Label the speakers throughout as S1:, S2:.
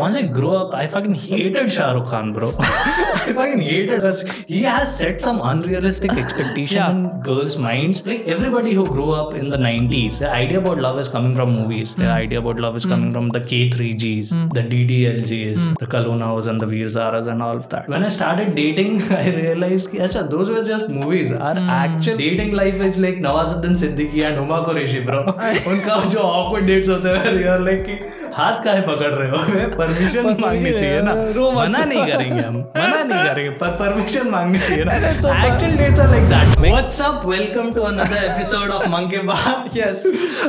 S1: once I grew up, I fucking hated Shah Rukh Khan, bro. I fucking hated us. He has set some unrealistic expectation
S2: Yeah.
S1: in girls' minds. Like everybody who grew up in the 90s, the idea about love is coming from movies. The idea about love is coming from the K3Gs, the DDLGs, the Kalonas and the Veer Zaras and all of that. When I started dating, I realized ki, acha, those were just movies. Our actual dating life is like Nawazuddin Siddiqui and Huma Qureshi, bro. उनका जो awkward dates होते हैं, you are like कि हाथ काहे पकड़ रहे हो? परमिशन मांगनी चाहिए ना
S2: रो मत।
S1: मना नहीं करेंगे हम मना नहीं करेंगे पर परमिशन मांगनी चाहिए ना
S2: तो
S1: actual dates are like that what's up welcome to another episode of मंग के बाद yes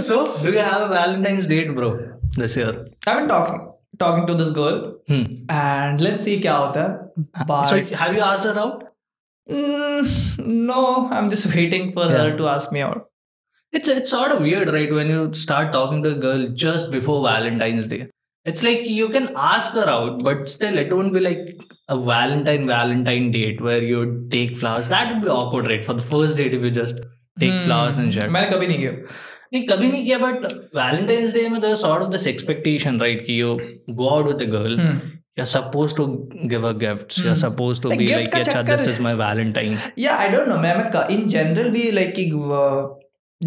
S1: so do you have a Valentine's date bro this year
S2: I've been talking talking to this girl,
S1: hmm
S2: and let's see क्या होता है. But
S1: so have you asked her out
S2: Mm, no, I'm just waiting for
S1: Yeah.
S2: her to ask me out.
S1: It's it's sort of weird, right? When you start talking to a girl just before Valentine's Day, it's like you can ask her out, but still, it won't be like a Valentine Valentine date where you take flowers. That would be awkward, right? For the first date, if you just take
S2: Hmm.
S1: flowers and shit.
S2: मैंने कभी नहीं किया
S1: नहीं कभी नहीं किया but Valentine's Day में there's sort of this expectation, right? कि you go out with a girl,
S2: Hmm.
S1: you're supposed to give her gifts. You're supposed to
S2: Like,
S1: be
S2: gift
S1: like,
S2: का
S1: "Acha,
S2: चक्कर
S1: this
S2: है।
S1: is my Valentine."
S2: या I don't know मैं मैं in general भी like कि uh,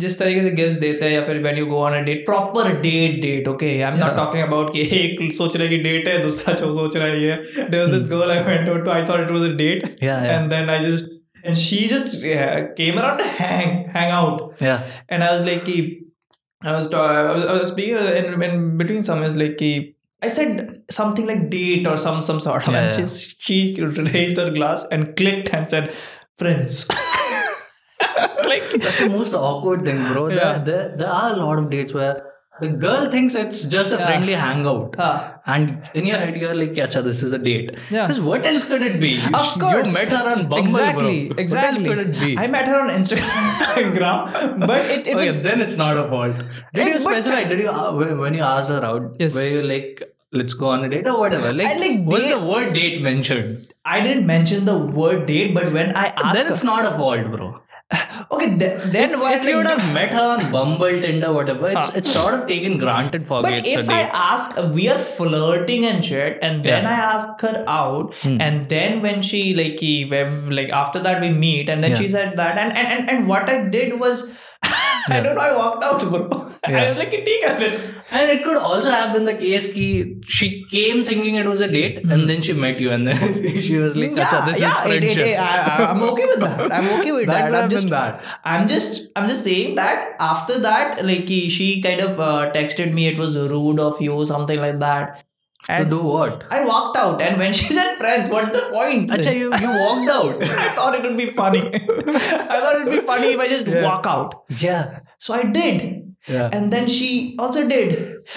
S2: जिस तरीके से गिफ्ट्स देते हैं या फिर when you go on a date proper date date okay I am not
S1: Yeah.
S2: Talking about कि एक सोच रहा है कि डेट है दूसरा जो सोच रहा है ये there was this girl I went to I thought it was a date
S1: Hmm. Yeah, yeah,
S2: and then I just and she just came around hang hang out
S1: yeah.
S2: and I was like, ki- I was, ta- I was, I was speaking in, in between some is like, ki- I said something like date or some some sort of,
S1: Yeah,
S2: and
S1: yeah.
S2: she she raised her glass and clicked and said, friends. it's like
S1: That's the most awkward thing, bro. There,
S2: Yeah.
S1: there, there are a lot of dates where the girl thinks it's just a
S2: Yeah.
S1: friendly hangout.
S2: Ah.
S1: And in your head, you're like, acha, this is a date.
S2: Yeah.
S1: Because what else could it be? You,
S2: Of course.
S1: You met her on Bumble,
S2: exactly,
S1: bro.
S2: exactly.
S1: What else could it be?
S2: I met her on Instagram, but it, it
S1: okay,
S2: was
S1: then it's not a fault. Did
S2: Eh,
S1: you
S2: but-
S1: specify? Did you uh, when when you asked her out?
S2: Yes.
S1: Were you like, let's go on a date or whatever? Like,
S2: I like
S1: was
S2: date-
S1: the word date mentioned?
S2: I didn't mention the word date, but when I asked,
S1: then it's not a fault, bro.
S2: her, okay, th- then why
S1: If you would have met her on Bumble, Tinder, whatever, it's, it's sort of taken granted for me.
S2: Ah. But
S1: It's a
S2: if I
S1: date.
S2: ask, we are flirting and shit, and then
S1: Yeah. Hmm.
S2: I ask her out, and then when she like, he- when- like after that we meet, and then
S1: Yeah.
S2: she said that, and and, and, and what I did was, I don't know, I walked out, bro. I
S1: Yeah.
S2: was like, take a bit.
S1: And it could also have been the case ki she came thinking it was a date and then she met you and then she was like, "Acha, this is
S2: Hmm, it- it-
S1: friendship.
S2: I, I, I'm okay with that. I'm okay with
S1: That
S2: that.
S1: would
S2: I'm
S1: have been
S2: just,
S1: that.
S2: I'm just, I'm just saying that after that, like he- she kind of uh, texted me, it was rude of you, something like that.
S1: to
S2: And
S1: do what?
S2: I walked out, and when she said friends, what's the point?
S1: Acha, you, you walked out.
S2: I thought it would be funny. I thought it would be funny if I just walk out.
S1: yeah.
S2: So I did.
S1: Yeah.
S2: And then she also did.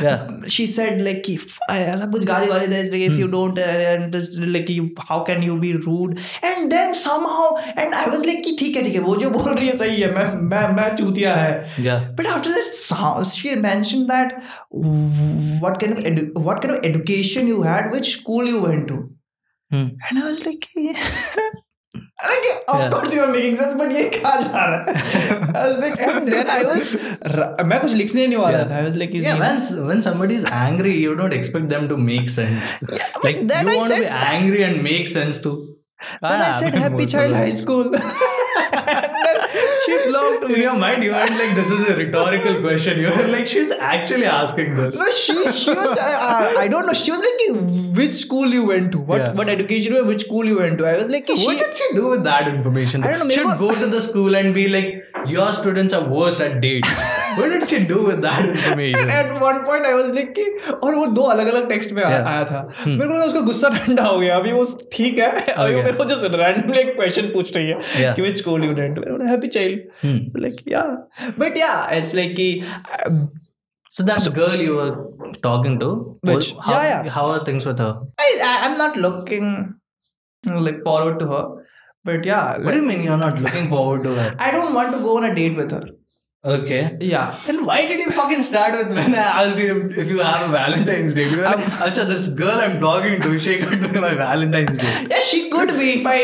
S1: Yeah.
S2: She said like if ऐसा कुछ गाली वाली था इसलिए if you
S1: Hmm.
S2: don't uh, and just like you how can you be rude and then somehow and I was like कि ठीक है ठीक है वो जो बोल रही है सही है मैं मैं मैं चूतिया है
S1: Yeah.
S2: but after that so- she mentioned that what kind of edu- what kind of education you had which school you went to
S1: Hmm.
S2: And I was like, like of
S1: Yeah.
S2: course you are making sense, but ये कहाँ जा रहा है? I was like, and then I was, मैं कुछ लिखने नहीं वाला
S1: Yeah.
S2: था. I was like, is
S1: Yeah,
S2: he-
S1: when, when somebody is angry, you don't expect them to make sense.
S2: but
S1: like,
S2: then
S1: you
S2: I
S1: want to
S2: said-
S1: be angry and make sense Ah, too.
S2: Then I said, happy child high school. And then she blocked
S1: In
S2: me.
S1: your mind, you weren't like, this is a rhetorical question. You were like, she's actually asking this.
S2: So she, she was, I, I, I don't know, she was like, which school you went to? What,
S1: Yeah.
S2: what education you which school you went to? I was like,
S1: What
S2: she,
S1: did she do with that information?
S2: I don't know, maybe
S1: Should
S2: what-
S1: go to the school and be like, your students are worst at dates. what did she do with that
S2: And
S1: information?
S2: at one point I was like कि और वो दो अलग अलग text में आ,
S1: Yeah. Hmm.
S2: आया था मेरे को लगा उसका गुस्सा ठंडा हो गया अभी वो ठीक है अभी वो
S1: Okay.
S2: मेरे को जस्ट रैंडमली एक क्वेश्चन पूछ रही है
S1: Yeah.
S2: कि which school you attend
S1: Hmm.
S2: Happy child like या बट या इट्स लाइक कि
S1: so that girl you were talking to,
S2: Which-
S1: how,
S2: yeah, yeah.
S1: how are things with her?
S2: I I am not looking like forward to her but या
S1: What do you mean you're not looking forward to her?
S2: I don't want to go on a date with her
S1: Okay.
S2: या
S1: Then why did you fucking start with when I asked you if you have a Valentine's Day? You were like,
S2: Um,
S1: Acha, this girl I'm talking to, she could be my Valentine's Day.
S2: या she could be if i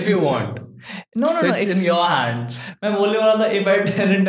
S1: If you want.
S2: No no
S1: So
S2: no
S1: it's in your hands.
S2: मैं बोलने वाला था if I didn't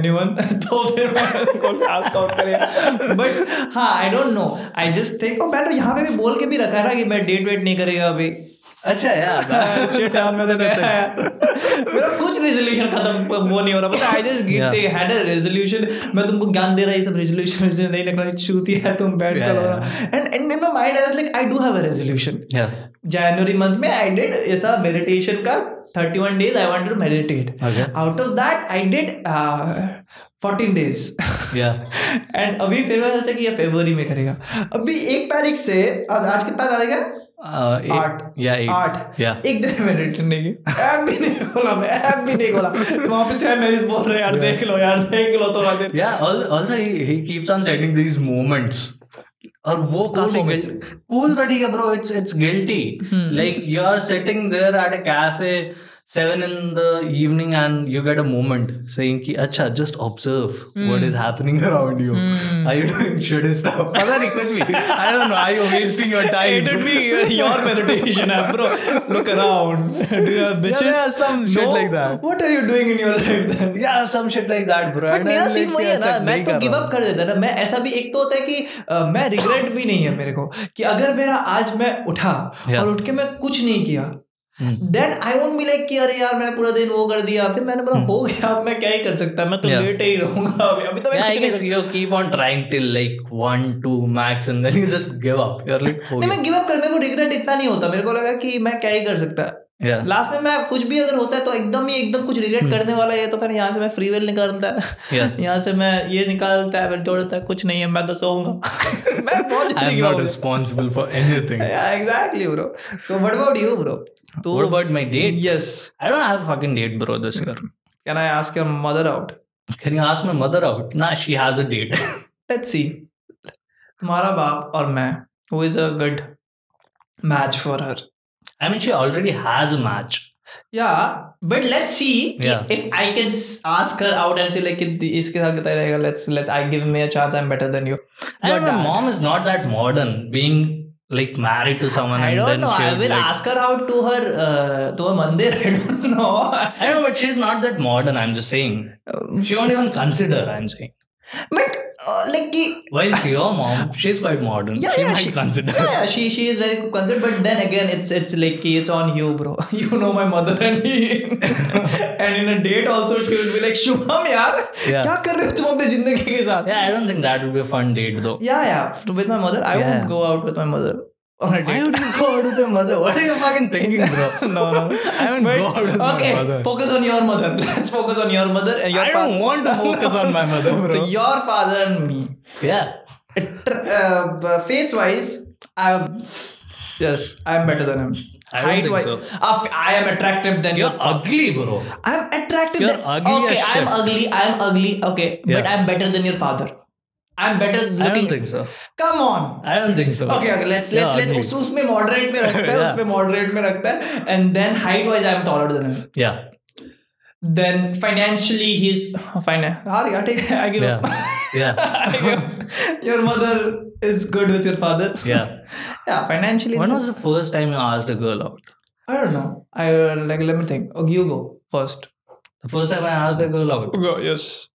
S2: anyone तो फिर मैं उसको cast out करेगा बट हाँ I don't know I just think मैं तो यहाँ पे भी बोल के भी रखा ना कि मैं डेट वेट नहीं करेगा अभी
S1: अच्छा
S2: हाँ,
S1: यार shit happens
S2: तो
S1: in it.
S2: मेरा कुछ resolution खत्म वो नहीं हो रहा पता I just get
S1: Yeah.
S2: Had a resolution मैं तुमको ज्ञान दे रहा है ये सब रेजोल्यूशन नहीं लग रहा चूती है तुम बैठ
S1: Yeah,
S2: चलो
S1: yeah.
S2: And and in my mind I was like I do have a resolution
S1: Yeah.
S2: जनवरी मंथ में आई डिड ऐसा मेडिटेशन का 31 days I wanted to meditate
S1: Okay.
S2: Out of that I did uh, 14 days
S1: Yeah.
S2: And अभी फिर मैं सोचा कि ये फरवरी में करेगा अभी एक तारीख से आज आज कितना तारीख है
S1: Uh, eight-
S2: Art.
S1: Yeah. Eight.
S2: आठ
S1: Yeah.
S2: एक दिन मेडिटेट नहीं ऐप भी नहीं खोला मैं ऐप भी नहीं खोला वहां पे से मेरिज बोल रहे हैं, यार देख लो यार देख लो तो थोड़ा देर
S1: Yeah. al- Also, he, he keeps on sending these moments. और वो काफी
S2: moments. Hmm.
S1: कूल तरीका bro it's it's guilty like you are sitting there at a cafe 7 in the evening and you get a moment saying कि अच्छा just observe
S2: Hmm.
S1: what is happening around you are you doing shitty stuff पता नहीं कुछ भी I don't know are you wasting your time
S2: hated
S1: uh,
S2: me your meditation app bro look around do you have bitches
S1: yeah, some shit
S2: No?
S1: like that.
S2: what are you doing in your life then
S1: yeah some shit like that bro
S2: but
S1: And
S2: मेरा
S1: I'm
S2: scene
S1: like,
S2: वही है
S1: "Yeah,
S2: ना
S1: अच्छा,
S2: मैं
S1: नहीं
S2: तो
S1: कर
S2: give
S1: रहा
S2: अप कर देता ना मैं ऐसा भी एक तो होता है कि अ, मैं रिग्रेट भी नहीं है मेरे को कि अगर मेरा आज मैं उठा
S1: Yeah.
S2: और उठ के मैं कुछ नहीं किया
S1: हूँ." Hmm.
S2: Then I won't be like कि अरे यार मैंने पूरा दिन वो कर दिया फिर मैंने बोला हो गया अब मैं क्या ही कर सकता मैं तो
S1: Yeah.
S2: लेटे ही रहूंगा अभी अभी तो मैं
S1: Yeah, I
S2: कुछ नहीं
S1: guess
S2: कर-
S1: you keep on trying till like one, two max, and then you just give up. You're like, "Oh,
S2: नहीं मैं गिव अप कर मेरे को रिग्रेट इतना नहीं होता मेरे को लगा कि मैं क्या ही कर सकता
S1: yeah,
S2: लास्ट में मैं कुछ भी अगर होता है तो एकदम ही एकदम कुछ
S1: हम्म।
S2: रिग्रेट करने वाला है तो फिर यहाँ से मैं फ्री वेल निकालता है
S1: Yeah.
S2: यहाँ से मैं ये निकालता है फिर जोड़ता है कुछ नहीं है मैं तो सोऊंगा मैं बहुत जल्दी
S1: I'm
S2: give
S1: not
S2: up
S1: responsible for anything.
S2: Exactly bro so what about you bro तो
S1: What about my date?
S2: Yes
S1: I don't have a fucking date, bro, this year.
S2: Can I ask your mother out
S1: Can you ask my mother out? Nah, she has a date.
S2: Let's see तुम्हारा बाप और मैं who is a good match for her
S1: I mean, she already has a match.
S2: Yeah but let's see
S1: Yeah.
S2: If I can ask her out and say like इसके साथ कहता रहेगा let's let's I give me a chance I am better than you
S1: I don't know, mom is not that modern, being like married to someone.
S2: I
S1: and
S2: don't
S1: then
S2: know. I
S1: she'll,
S2: will
S1: like-
S2: ask her out to her uh, to her mandir. I don't know.
S1: I know, but she's not that modern, I'm just saying.
S2: Oh.
S1: She won't even consider, I'm saying.
S2: But uh, like ki-
S1: Whilst your mom, she's quite modern.
S2: yeah,
S1: she
S2: yeah,
S1: might
S2: she,
S1: consider.
S2: yeah, yeah, she she is very concerned. But then again, it's it's like ki, it's on you, bro. You know my mother and he, and in a date also she would be like, Shubham yaar,
S1: Yeah.
S2: क्या कर रहे हो तुम अपनी जिंदगी के साथ?
S1: Yeah, I don't think that would be a fun date though.
S2: Yeah, yeah. With my mother, I
S1: Yeah.
S2: won't go out with my mother on a date.
S1: would you go out with your mother? What are you fucking thinking, bro?
S2: No, no.
S1: I won't
S2: But-
S1: go out with my
S2: okay,
S1: mother.
S2: focus on your mother. Let's focus on your mother and your
S1: I don't want to focus on my mother, bro.
S2: So your father and me.
S1: yeah.
S2: uh, face wise, I'm yes, I'm better than him.
S1: I don't think
S2: wise,
S1: so.
S2: I am attractive than
S1: You're
S2: you.
S1: ugly, bro.
S2: I'm attractive.
S1: You're
S2: than,
S1: ugly
S2: Okay,
S1: as
S2: I'm
S1: shit.
S2: ugly. I'm ugly. Okay, but
S1: Yeah.
S2: I'm better than your father. I'm better looking.
S1: I don't think so.
S2: Come on.
S1: I don't think so.
S2: Okay, okay. Let's let's
S1: You're
S2: let's
S1: ugly.
S2: उस उसमें moderate में रखते हैं
S1: Yeah.
S2: उसमें moderate में रखते हैं and then height wise I'm taller than him.
S1: Yeah.
S2: Then financially he's fine. हाँ यार ठीक है I give up.
S1: Yeah. Yeah.
S2: I give up. your mother is good with your father.
S1: Yeah.
S2: yeah, financially.
S1: When was the first time you asked a girl out?
S2: I don't know. I uh, like let me think. Okay, you go first.
S1: The first time I asked a girl out,
S2: Go yes.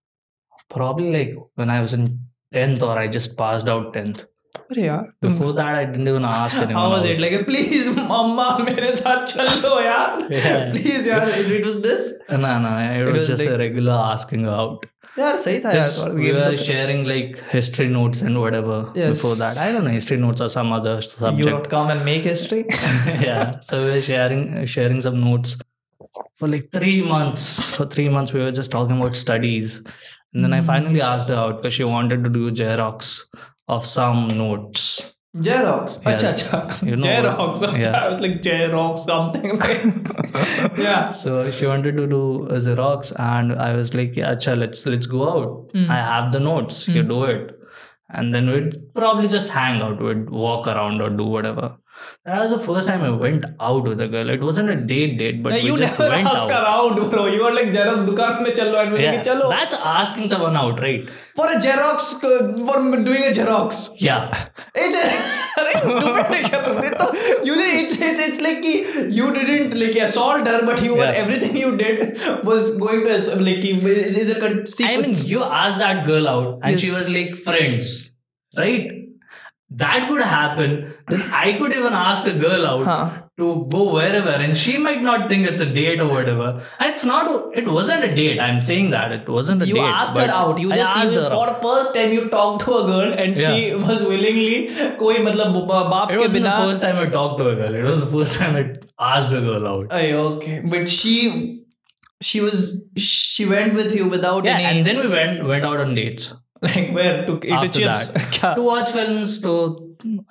S1: probably like when I was in 10th or I just passed out 10th.
S2: अरे यार तुम
S1: Before that, I didn't even ask anyone.
S2: Hmm. how was
S1: out.
S2: it like please mama मेरे साथ चलो यार
S1: Yeah.
S2: please यार it, it was this
S1: No, no, it, was,
S2: was
S1: just
S2: like-
S1: a regular asking out.
S2: यार सही था यार
S1: Just
S2: थोड़ा
S1: we
S2: game
S1: were
S2: तो-
S1: sharing like history notes and whatever
S2: Yes.
S1: before that. I don't know history notes or some other
S2: you
S1: subject.
S2: would come and make history
S1: yeah, so we were sharing sharing some notes for like three months. For three months, we were just talking about studies, and
S2: Hmm.
S1: then I finally asked her out because she wanted to do xerox of some notes.
S2: Jerox
S1: Yes.
S2: अच्छा अच्छा
S1: You know
S2: Jerox
S1: what-
S2: अच्छा
S1: yeah.
S2: I was like Jerox something like yeah
S1: So she wanted to do a xerox, and I was like, "Yeah, acha, let's let's go out.
S2: Hmm.
S1: I have the notes. You do it." And then we'd probably just hang out, we'd walk around or do whatever. That was the first time I went out with a girl. It wasn't a date date, but
S2: No,
S1: we
S2: you
S1: just
S2: never
S1: went
S2: ask
S1: out.
S2: around, bro. You are like Xerox दुकान में चलो and yeah.
S1: Yeah,
S2: चलो
S1: that's asking someone out, right?
S2: for a Xerox uh, for doing a Xerox.
S1: Yeah,
S2: It's अरे stupid है क्या तुम? It तो you did- it's it's it's like कि you didn't like assault her, but you were
S1: Yeah.
S2: everything you did was going to ass- like कि is, is a
S1: I
S2: con-
S1: mean,
S2: sequence.
S1: you asked that girl out, and she
S2: Yes.
S1: was like friends, right? That could happen. Then I could even ask a girl out
S2: Huh.
S1: to go wherever, and she might not think it's a date or whatever. It's not. It wasn't a date. I'm saying that it wasn't a
S2: You
S1: date.
S2: asked
S1: but
S2: her out. You
S1: I
S2: just
S1: asked
S2: you,
S1: her
S2: for
S1: out.
S2: first time you talked to a girl and she
S1: Yeah.
S2: was willingly कोई मतलब बा- बाप
S1: It
S2: के
S1: wasn't
S2: बिना
S1: the first time I talked to a girl. It was the first time I asked a girl out.
S2: Ay, okay. But she she was she went with you without
S1: yeah,
S2: any
S1: and then we went went out on dates
S2: like where to eat
S1: after
S2: chips.
S1: that
S2: क्या?
S1: to watch films, to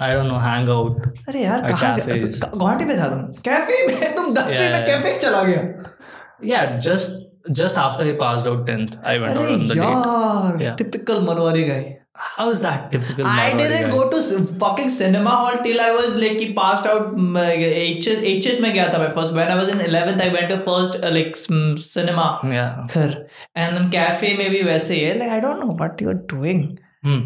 S1: I don't know, hang out.
S2: अरे यार
S1: At
S2: कहाँ
S1: cafes.
S2: Guwahati पे था तुम cafe में तुम दस
S1: Yeah,
S2: मिनट
S1: yeah.
S2: में कैफे चला गया
S1: Yeah, just just after I passed out tenth, I went out on
S2: अरे
S1: the date.
S2: यार
S1: Yeah.
S2: Typical Marwari guy
S1: How is that typical?
S2: I
S1: Marwari
S2: didn't
S1: guy?
S2: go to fucking cinema hall till I was like he passed out mm, HS HS में गया था मैं first when I was in 11th I went to first uh, like mm, cinema
S1: Yeah.
S2: घर and then cafe में भी वैसे ही है like I don't know what you are doing
S1: Hmm.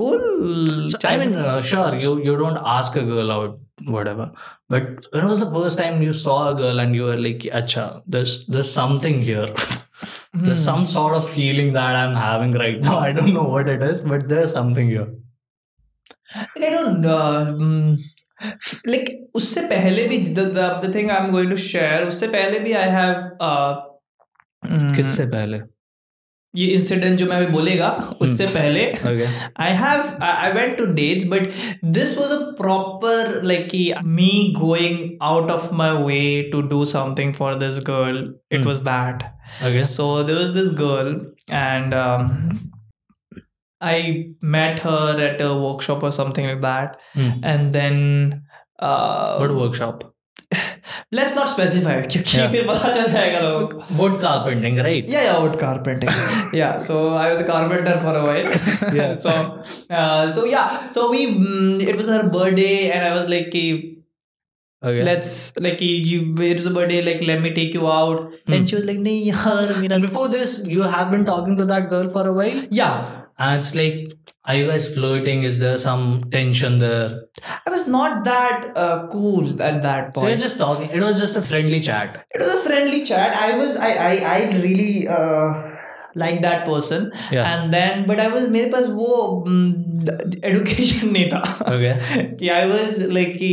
S2: cool
S1: So, I mean, uh, sure, you you don't ask a girl out, whatever. But when was the first time you saw a girl and you were like, "Acha, there's there's something here.
S2: Hmm.
S1: there's some sort of feeling that I'm having right now. I don't know what it is, but there's something here."
S2: Hmm. like I don't uh, mm, like उससे पहले भी the, the, the thing I'm going to share उससे पहले भी I have uh, mm,
S1: किससे पहले?
S2: ये incident जो मैं अभी बोलेगा
S1: Hmm.
S2: उससे पहले
S1: Okay.
S2: I have I, I went to dates, but this was a proper like ki- me going out of my way to do something for this girl. It
S1: Hmm.
S2: was that.
S1: Okay.
S2: So there was this girl, and um, I met her at a workshop or something like that,
S1: Hmm.
S2: and then. Uh,
S1: What workshop?
S2: let's not specify क्योंकि
S1: Yeah.
S2: फिर पता चल जाएगा लोगों को
S1: Wood carpenting, right?
S2: yeah yeah wood carpenting yeah so i was a carpenter for a while
S1: Yeah.
S2: so uh, so yeah so we mm, it was her birthday and i was like "Ki,
S1: Okay.
S2: let's like ki, you it was a birthday like let me take you out and she was like nahi yaar mera
S1: and before this, you have been talking to that girl for a while,
S2: yeah
S1: and it's like, are you guys flirting? Is there some tension there?
S2: i was not that uh, cool at
S1: So
S2: that
S1: you're
S2: point
S1: just talking. It was just a friendly chat.
S2: it was a friendly chat i was i i, I really uh, like that person
S1: Yeah.
S2: and then but i was मेरे पास वो mm, education नहीं था
S1: Okay.
S2: कि I was like कि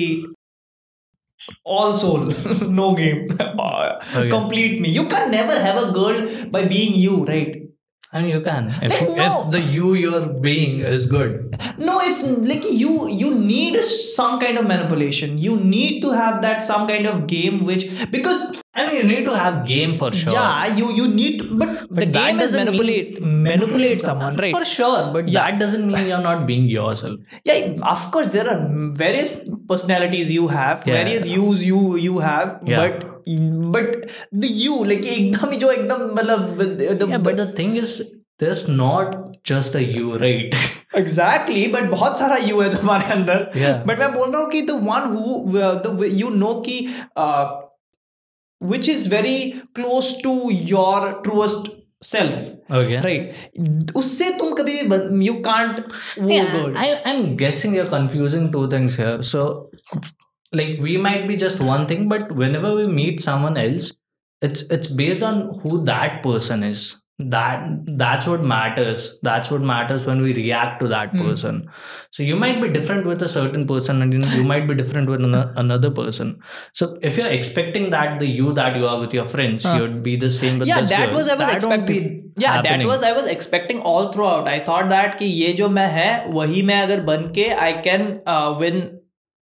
S2: all soul no game complete me you can never have a girl by being you right
S1: I mean, you can. If,
S2: Like, no.
S1: if the you you're being is good.
S2: no it's like you you need some kind of manipulation you need to have that some kind of game which because
S1: I mean, you need to have game for sure.
S2: yeah you you need but, the
S1: that
S2: game is
S1: doesn't
S2: manipulate manipulate someone right
S1: For sure, but
S2: Yeah.
S1: that doesn't mean you're not being yourself.
S2: yeah of course there are various personalities you have
S1: Yeah.
S2: various yous you you have
S1: Yeah.
S2: but but the you like एकदम ही जो एकदम मतलब the,
S1: Yeah, but the thing is, there's not just a you, right?
S2: exactly but बहुत सारा you है तुम्हारे अंदर
S1: Yeah.
S2: but मैं बोल रहा हूँ कि the one who uh, the you know कि uh, which is very close to your truest self
S1: Okay.
S2: right उससे तुम कभी भी you can't वो girl
S1: I, I'm guessing you're confusing two things here. So, like, we might be just one thing, but whenever we meet someone else, it's it's based on who that person is. That that's what matters. That's what matters when we react to
S2: Hmm.
S1: that person. So you might be different with a certain person, and you know, you might be different with ano- another person. So if you're expecting that the you that you are with your friends, you'd be the same with
S2: yeah
S1: this
S2: that
S1: girl.
S2: was i was
S1: That won't be
S2: expecting yeah that
S1: happening.
S2: was i was expecting all throughout i thought that कि ये जो मैं है वही मैं अगर बन के i can uh, win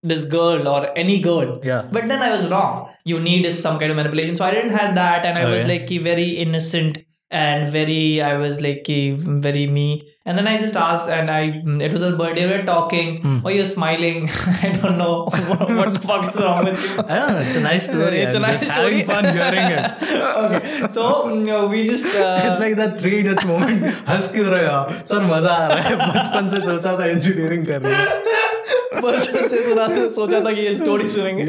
S2: this girl or any girl
S1: Yeah.
S2: but then i was wrong you need is some kind of manipulation so i didn't have that and i was
S1: Okay.
S2: like कि very innocent and very i was like कि very me and then i just asked and i it was her birthday we were talking
S1: Hmm.
S2: oh you're smiling i don't know what, what the fuck is wrong with you
S1: I don't know. It's a nice story.
S2: it's
S1: I'm
S2: a nice
S1: just
S2: story
S1: Having fun hearing it.
S2: okay so mm, we just uh,
S1: it's like that three idiots moment हंस क्यों रहे हो sir मजा आ रहा है बचपन से सोचा था इंजीनियरिंग कर रहे
S2: बस ऐसे सुना सोचा था कि ये स्टोरी सुनेंगे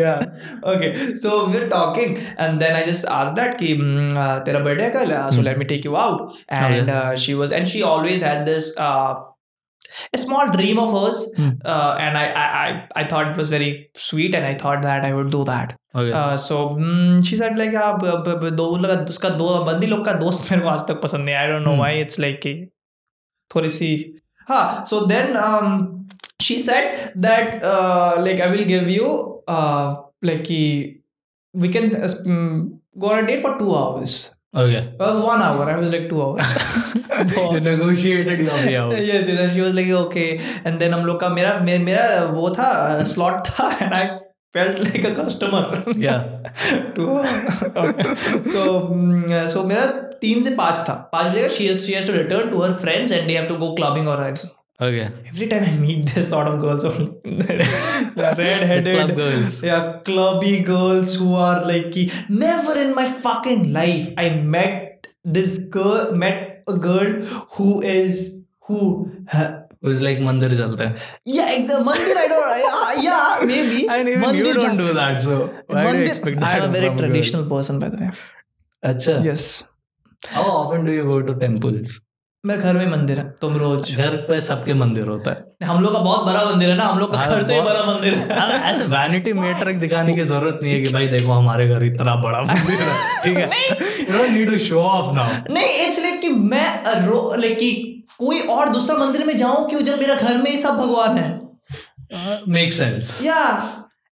S2: okay so we are talking and then I just asked that कि mm, uh, तेरा बर्थडे कल
S1: Hmm.
S2: So let me take you out and she was and she always had this uh, a small dream of hers
S1: Hmm.
S2: uh, and I, I i i thought it was very sweet and i thought that i would do that uh, so mm, she said like yeah, b- b- b- दो उन लोग का- उसका दो बंदी लोग का दोस्त मेरे को आज तक पसंद नहीं आई don't know
S1: Hmm.
S2: Why it's like कि थोड़ी सी हाँ so then she said that uh, like i will give you uh, like ki- we can uh, mm, go on a date for two hours
S1: Okay.
S2: well, one hour i was like two hours
S1: You
S2: Oh.
S1: negotiated your way out.
S2: yes yes and she was like okay and then हम लोग का मेरा मे, मेरा वो था uh, slot था and i felt like a customer
S1: Yeah.
S2: Too तो, so सो mm, मेरा तीन से पाँच था पाँच बजे she she has to return to her friends and they have to go clubbing और
S1: Okay.
S2: every time I meet this sort of girls, only red headed
S1: The club girls.
S2: yeah, clubby girls who are like, ki- never in my fucking life I met this girl, met a girl who is who.
S1: It was like mandir jalta. hai.
S2: yeah, like the mandir. I don't. I- yeah, maybe.
S1: And even you
S2: Mandir
S1: don't
S2: jaate-
S1: do that, so why do you expect
S2: Mandir.
S1: that?
S2: I'm a very
S1: from girl?
S2: traditional person, by the way.
S1: अच्छा
S2: Yes.
S1: how often do you go to temples
S2: मेरे घर में मंदिर है तुम रोज
S1: घर पे सबके मंदिर होता है
S2: हम लोग का बहुत बड़ा मंदिर है ना हम लोग का
S1: हाँ,
S2: तो घर से ही
S1: बहुत- हाँ।
S2: बड़ा मंदिर है
S1: अब ऐसे वैनिटी मेट्रिक दिखाने की जरूरत नहीं है कि भाई देखो हमारे घर इतना बड़ा मंदिर है ठीक है you don't need to show off now
S2: नहीं इसलिए कि मैं रो like कि कोई और दूसरा मंदिर में जाऊं क्यों जब मेरा घर में ही सब भगवान है Uh,
S1: make sense
S2: yeah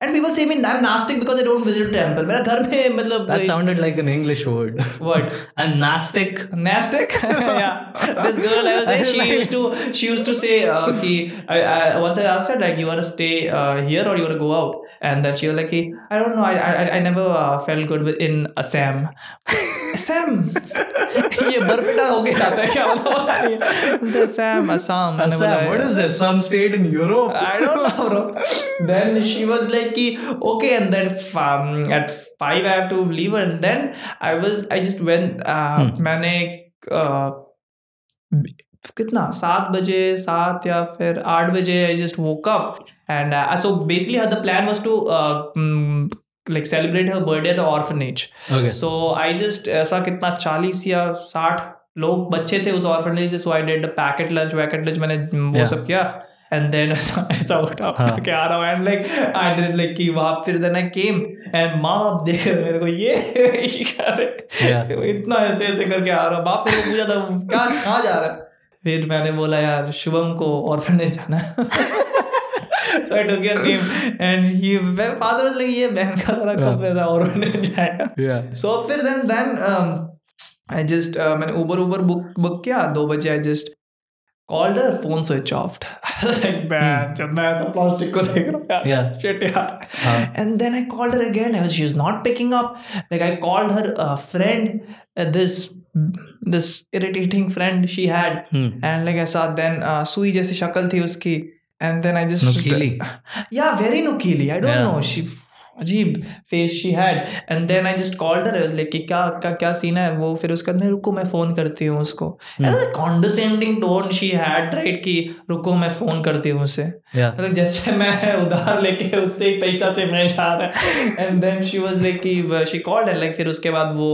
S2: and people say me I am नास्टिक because I don't visit temple मेरा घर में मतलब
S1: That sounded like an English word.
S2: What?
S1: A nastic.
S2: Nastic? yeah. This girl, I was like, she used to, she used to say, uh, ki, I, I, once I asked her, like, you want to stay uh, here or you want to go out? And then she was like, ki, I don't know, I, I, I never uh, felt good with- in Assam. Assam? ये बरपेटा हो गया था क्या मतलब Assam, Assam. मैंने बोला,
S1: Assam. What is this? Some state in Europe?
S2: I don't know, bro. Then she was like, "Ki, okay, and then f- um, at five I have to leave, her. and then I was, I just went. Uh, मैंने uh, कितना सात बजे सात या फिर आठ बजे I just woke up and uh, so basically her the plan was to uh, mm, like celebrate her birthday at the orphanage
S1: Okay.
S2: So I just ऐसा कितना चालीस या साठ लोग बच्चे थे उस orphanage so I did packet lunch packet lunch मैंने वो
S1: Yeah.
S2: सब किया एंड देन ऐसा ऐसा उठा उठा
S1: हाँ.
S2: के आ रहा हूँ and like I did like कि वहाँ फिर देन आई केम एंड माँ बाप देख रहे मेरे को ये ये कर रहे
S1: Yeah.
S2: इतना ऐसे ऐसे करके आ रहा बाप मेरे को पूछा था कहाँ कहाँ जा रहा है फिर मैंने बोला यार शुभम को ऑर्फनेज जाना है So I took your name and he my father was like ये बहन का लड़का
S1: Yeah.
S2: कब पैसा orphanage जाएगा
S1: Yeah.
S2: सो फिर um, then then I just uh, मैंने उबर उबर बुक बुक किया दो बजे I just called her phone switch off जब मैं तो प्लास्टिक को देख रहा हूँ
S1: Yeah.
S2: shit यार
S1: हाँ.
S2: and then I called her again and she was not picking up like I called her uh, friend uh, this this irritating friend she had
S1: Hmm.
S2: and like I saw then uh, सुई जैसी शक्ल थी उसकी and then I just
S1: नुकीली.
S2: yeah very nukeeli i don't
S1: Yeah.
S2: know she अजीब face she had and then I just called her like कि क्या क्या क्या सीन है वो फिर उसका नहीं रुको मैं फोन करती हूँ उसको condescending tone she had right कि रुको मैं फोन करती हूँ उसे
S1: Yeah.
S2: मतलब जैसे मैं उधार लेके उससे ही पैसा से मैं जा रहा and then she was like कि शी कॉल्ड एंड लाइक फिर उसके बाद वो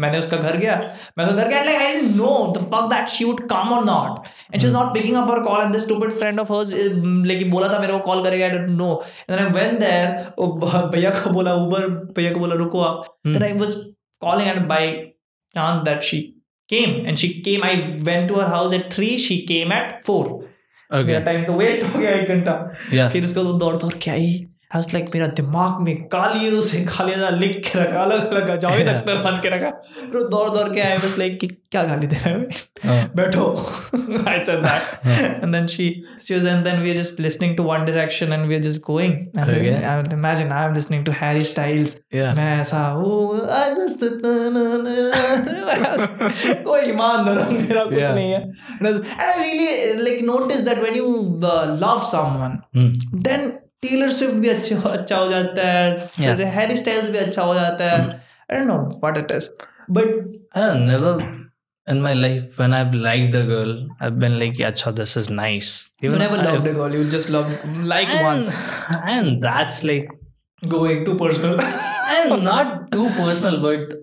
S2: मैंने उसका घर गया मैं उसका घर गया like I didn't know the fuck that she would come और not and she is not picking up her call and this stupid friend of hers like eh, बोला था मेरे को कॉल करेगा I don't know and I went there भैया को बोला उबर भैया को बोला रुको आप then I was calling her by chance that she came and she came. I went to her house at three. She came at four. मेरा
S1: Okay.
S2: Time तो वेस्ट हो गया एक घंटा
S1: Yeah.
S2: फिर उसको दौड़ दौड़ के आई I was like मेरा दिमाग में काली से काली सा लिख के रखा अलग अलग जावेद
S1: Yeah.
S2: अख्तर बन के रखा फिर दौड़ दौड़ के आई वाज लाइक कि क्या गाली दे रहा है मैं?
S1: हाँ.
S2: बैठो I said that and then she she was and then we were just listening to One Direction and we were just going and then
S1: Okay.
S2: I would imagine I am listening to Harry Styles
S1: Yeah.
S2: मैं ऐसा हूँ, I just- कोई ईमान धर्म मेरा कुछ
S1: Yeah.
S2: नहीं है And I was- and I really like noticed that when you uh, love someone,
S1: Hmm.
S2: then Taylor Swift भी अच्छे अच्छा हो जाता है फिर Harry Styles भी अच्छा हो जाता है I don't know what it is but
S1: I never. in my life when I've liked a girl, I've been like, yeah, acha, this is nice.
S2: You never
S1: I-
S2: loved a girl. You just loved like
S1: and,
S2: once.
S1: And that's like,
S2: Going too personal.
S1: and not too personal, but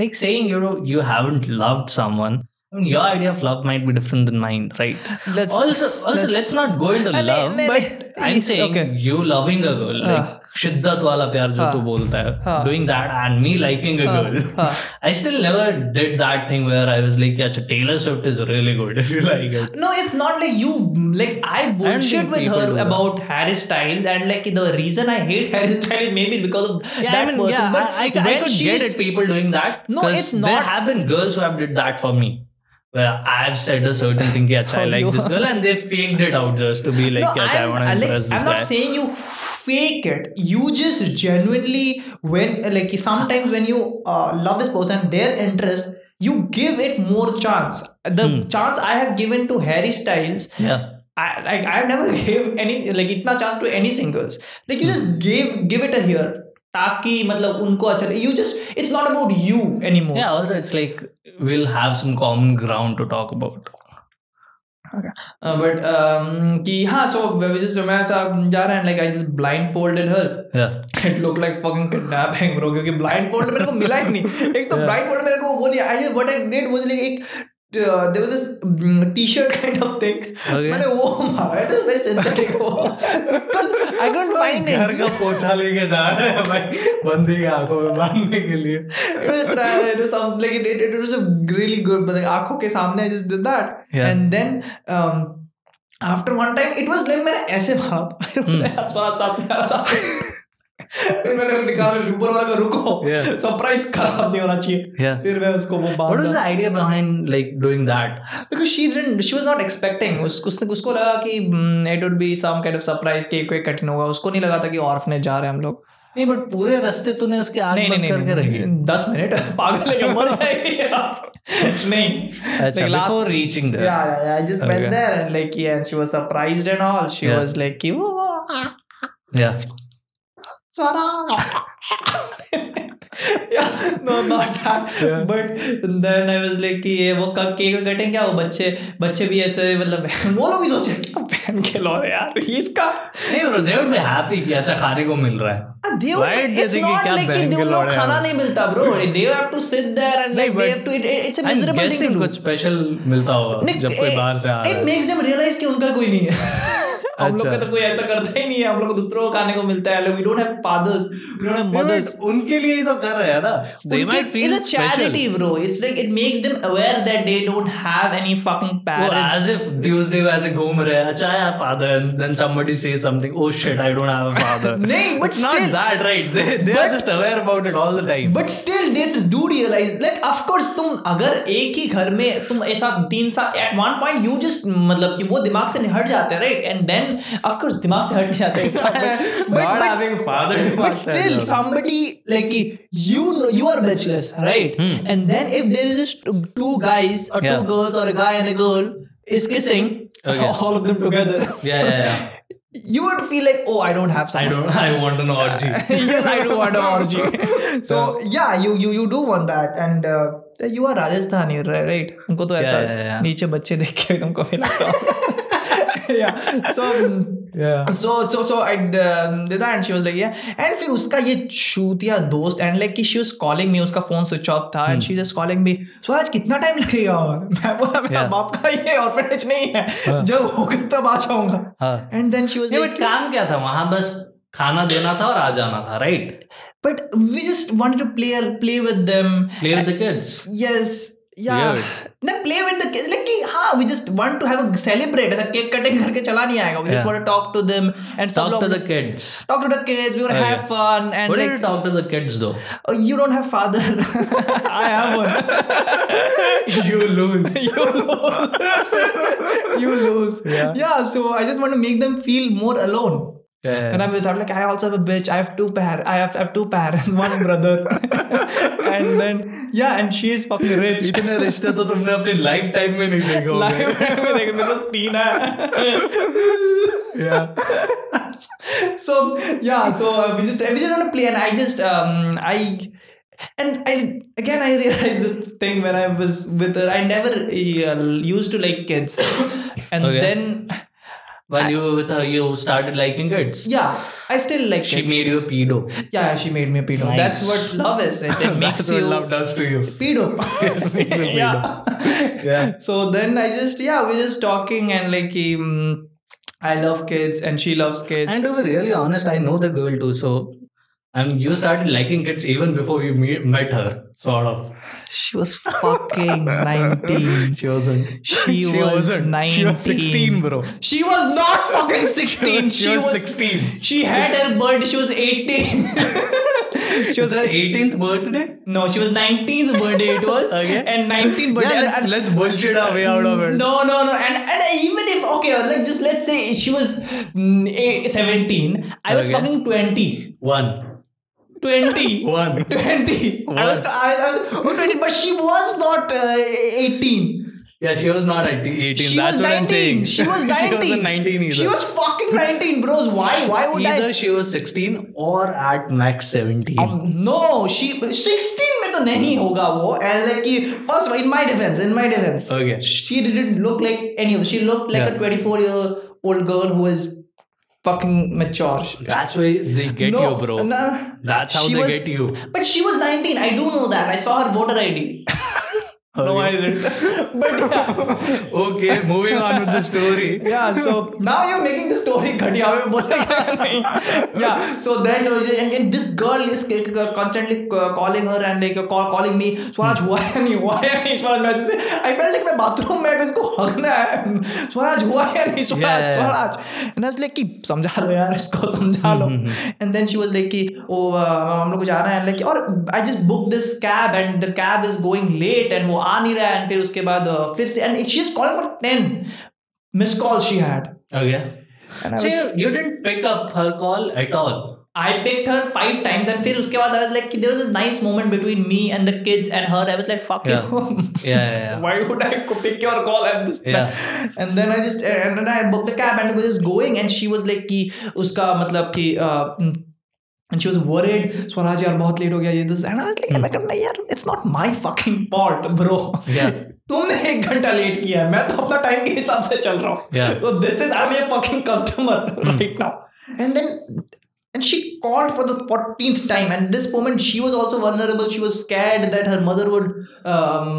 S1: like saying you know you haven't loved someone. I mean, your idea of love might be different than mine, right?
S2: Let's.
S1: also, also,
S2: let's-
S1: let's not go into
S2: Uh, no,
S1: love,
S2: no, no.
S1: but I'm
S2: It's
S1: saying
S2: okay.
S1: you loving a girl, like शिद्दत वाला प्यार जो
S2: हाँ.
S1: तू बोलता है
S2: हाँ.
S1: doing that and me liking a
S2: हाँ,
S1: girl.
S2: हाँ.
S1: I still never did that thing where I was like, yeah, Taylor Swift is really good if you like it.
S2: No, it's not like you. Like I bullshit
S1: think
S2: with
S1: people uh,
S2: her
S1: do that.
S2: about Harry Styles, and like the reason I hate Harry Styles maybe because of that person. but
S1: I, I,
S2: when
S1: could
S2: she's-
S1: get it people doing that.
S2: No,
S1: 'cause
S2: it's
S1: There
S2: not-
S1: have been girls who have did that for me. Where I've said a certain thing, yeah, I
S2: Oh,
S1: like
S2: you
S1: this
S2: are-
S1: girl, and they faked it out just to be like,
S2: no,
S1: yeah, I
S2: I'm,
S1: want to
S2: I like,
S1: impress this
S2: I'm
S1: guy.
S2: not saying you fake it. You just genuinely when like sometimes when you uh, love this person, their interest, you give it more chance. The
S1: Hmm.
S2: chance I have given to Harry Styles,
S1: yeah.
S2: I like I've never gave any like इतना chance to any singles. Like you
S1: Hmm.
S2: just give give it a here. ताकि मतलब उनको अच्छा लगे. you just it's not about you anymore
S1: Yeah, also it's like we'll have some common ground to talk about.
S2: But Uh, कि हाँ सो so मैं ऐसा जा रहा है like I just blindfolded her
S1: Yeah.
S2: It look like fucking kidnapping bro क्योंकि blindfold मेरे को मिला ही नहीं एक तो ब्लाइंड फोल्ड मेरे को वो नहीं I what I did was like एक uh, there was this T-shirt kind of thing
S1: Okay.
S2: मैंने वो मारा it was very synthetic because I don't find
S1: घर का पोछा लेके जा रहे हैं भाई बंदी की आंखों में बांधने के लिए
S2: it was some like it, it, it was a really good but like आंखों के सामने I just did that
S1: Yeah.
S2: and then um, after one time it was like मैंने ऐसे मारा था।
S1: Hmm.
S2: मेरा श्वास सांस नहीं आ रहा, सांस नहीं आ रहा। फिर मैंने निकाला ऊपर वाले को
S1: Yeah.
S2: रुको सरप्राइज खराब नहीं होना चाहिए
S1: Yeah.
S2: फिर मैं उसको वो
S1: What was
S2: बांधा
S1: the idea behind like doing that?
S2: Because she didn't she was not expecting उसको उसने उसको लगा कि "Hmm, it would be some kind of surprise कि कोई कठिन होगा उसको नहीं लगा था कि ऑर्फनेज जा रहे हैं हम लोग
S1: नहीं बट पूरे रास्ते तूने उसकी आंख
S2: नहीं नहीं
S1: बंद करके
S2: नहीं,
S1: रखी
S2: नहीं दस मिनट पागल है क्या? मर जाएगी आप नहीं
S1: अच्छा
S2: Like last-
S1: before reaching
S2: yeah, yeah, yeah. I just
S1: Okay.
S2: went there and like, yeah, and she was surprised and all. She
S1: Yeah.
S2: was like, "You-
S1: Yeah.
S2: yeah, no, not that.
S1: Yeah.
S2: But then I was like, कि ये वो कब cake का cutting क्या वो बच्चे बच्चे भी ऐसे मतलब वो लोग भी सोचे क्या पहन के लो रहे यार ये इसका
S1: नहीं bro, they would be happy कि अच्छा खाने को मिल रहा है
S2: they
S1: Why
S2: would,
S1: did
S2: it's
S1: they
S2: not
S1: क्या
S2: like कि
S1: पहन के
S2: उन
S1: लौड़े
S2: लोग
S1: हैं
S2: खाना
S1: वो?
S2: नहीं मिलता bro they have to sit there and like they
S1: but-
S2: have to it, it's a
S1: I'm
S2: miserable thing
S1: guessing
S2: to do
S1: कुछ स्पेशल मिलता होगा
S2: नहीं,
S1: जब कोई
S2: it-
S1: बाहर से आ रहा
S2: it
S1: है
S2: makes them realize कि उनका कोई नहीं है हम लोग
S1: अच्छा।
S2: का तो कोई ऐसा करता ही नहीं है हम लोग को दूसरों को खाने को मिलता है we don't have fathers we don't have mothers
S1: But उनके लिए ही तो कर रहे हैं ना they might feel
S2: it's a charity bro it's like it makes them aware that they don't have any fucking
S1: Well,
S2: parents
S1: as if Tuesday वैसे घूम रहे हैं अच्छा यार father and then somebody says something oh shit I don't have a father
S2: नहीं, but
S1: It's not
S2: still-
S1: that right they, they are
S2: But-
S1: just aware about it all the time
S2: but still they do realise like of course तुम अगर एक ही घर में तुम ऐसा तीन साल at one point you just मतलब कि वो दिमाग से नहीं हट जाते right and then of course दिमाग से हट नहीं जाते
S1: Not
S2: But- but-
S1: having father
S2: but
S1: divorce
S2: still
S1: as well.
S2: somebody like you know you are bachelor's right and then if there is just two guys or
S1: Hmm. Yeah.
S2: two girls or a guy and a girl is kissing
S1: Okay.
S2: all of them together
S1: yeah yeah yeah
S2: you would feel like oh i don't
S1: I
S2: have someone
S1: don't I want an orgy
S2: yes, I do want an orgy. so yeah, you you you do want that, and uh, you are Rajasthani, right? right? उनको तो ऐसा
S1: yeah, yeah.
S2: नीचे बच्चे देख के तुमको मिला yeah. So.
S1: yeah
S2: So so so I uh, did that and she was like yeah and फिर उसका ये चूतिया दोस्त and like कि she was calling me उसका phone switch off था and she just calling me so आज कितना time लगेगा और मैं बोला मेरा
S1: Yeah.
S2: बाप का ये orphanage नहीं है जब होगा तब आ जाऊंगा
S1: हाँ।
S2: and then she was
S1: नहीं
S2: like
S1: बट काम क्या था वहां बस खाना देना था और आ जाना था right
S2: But we just wanted to play play with them.
S1: Play with the kids
S2: Yes. Yeah.
S1: Weird.
S2: Then play with the kids. Like, कि हाँ, we just want to have a celebrate. ऐसा cake cutting करके चला नहीं आएगा. We just
S1: Yeah.
S2: want to talk to them and सब
S1: talk
S2: लोग
S1: to the kids
S2: talk to the kids. We want to
S1: Okay.
S2: have fun and
S1: what did
S2: like
S1: you talk to the kids though
S2: oh, you don't have father. I have one.
S1: you lose
S2: you lose. you lose.
S1: Yeah.
S2: Yeah. So I just want to make them feel more alone. And I'm with her, like I also have a bitch. I have two par. I have I have two parents, one brother, and then yeah, and she is fucking rich.
S1: इतने रिश्ते तो तुमने अपने life time में नहीं देखे होंगे
S2: Life में देखे, मेरे पास तीन है। so yeah, so uh, we just we just want to play, and I just um I and I again I realized this thing when I was with her. I never uh, used to like kids, and
S1: Okay.
S2: then
S1: While you were with her, you started liking kids.
S2: yeah, I still like
S1: She
S2: kids.
S1: made you a pedo.
S2: yeah, she made me a pedo. That's
S1: Nice.
S2: what love is. It, it makes
S1: That's what
S2: you
S1: love does to you.
S2: pedo.
S1: Makes you
S2: yeah.
S1: Yeah.
S2: So then I just yeah we were just talking and like um, I love kids and she loves kids.
S1: And to be really honest, I know the girl too. So, and you started liking kids even before you me- met her, sort of.
S2: she was fucking nineteen.
S1: She wasn't.
S2: She, was nineteen.
S1: bro.
S2: She was not fucking 16. she, was,
S1: 16.
S2: She had her birthday. She was 18.
S1: She was her 18th birthday.
S2: no, she was 19th birthday. It was
S1: Okay.
S2: and 19th birthday.
S1: yeah, let's,
S2: and-
S1: let's bullshit our way out of it.
S2: no, no, no, and and even if okay, like just let's say she was mm, eh, 17, I was
S1: Okay.
S2: fucking 20,
S1: One.
S2: 20,
S1: One.
S2: 20. I was, I, was- I was oh, 20, but she was not uh, 18.
S1: Yeah, she was not 18.
S2: She
S1: That's
S2: was
S1: what I'm
S2: 19.
S1: saying.
S2: She was 19.
S1: she wasn't 19 either.
S2: She was fucking 19, bros. Why? Why would I?
S1: either she was 16 or at max 17.
S2: Um, no she 16 में तो नहीं होगा वो and like कि first in my defence in my defence
S1: Okay.
S2: She didn't look like any of she look like a
S1: Yeah.
S2: 24 year old girl who is fucking mature
S1: That's why they get you, bro. That's how they get you.
S2: But she was 19. I do know that. I saw her voter ID.
S1: Oh,
S2: no, I didn't. But yeah.
S1: Okay, moving on with the story.
S2: yeah so now you're making the story घटिया में बोलेगा नहीं yeah so then you know, and, and this girl is c- c- constantly c- calling her and like call, calling me Swaraj हुआ है नहीं हुआ है नहीं स्वराज मैं जैसे I felt like मैं बाथरूम में इसको हगना है स्वराज हुआ है नहीं Swaraj
S1: yeah, yeah.
S2: Swaraj and I was like कि समझा लो यार इसको समझा लो and then she was like कि ओ uh, हम लोग को जाना है like और I just booked this cab and the cab is going late and वो आ नहीं रहा है and फिर उसके बाद uh, फिर से and she is calling for 10 missed calls she had.
S1: Okay.
S2: And I,
S1: So
S2: was,
S1: you, you didn't pick up her call at all.
S2: I picked her five times, and फिर उसके बाद I was like, there was this nice moment between me and the kids and her. I was like, fuck
S1: Yeah.
S2: you.
S1: Yeah, yeah,
S2: Why would I co- pick your call at this time?
S1: Yeah.
S2: And then I just and then I booked the cab and it was just going and she was like कि उसका मतलब कि uh, and she was worried Swaraj यार बहुत late हो गया ये this and I was like
S1: Hmm.
S2: मैं नहीं यार it's not my fucking fault bro
S1: Yeah.
S2: तुमने एक घंटा लेट किया है मैं तो अपना टाइम के हिसाब से चल रहा हूँ
S1: Yeah.
S2: so this is I'm a fucking customer right now and then and she called for the 14th time and this moment she was also vulnerable she was scared that her mother would um,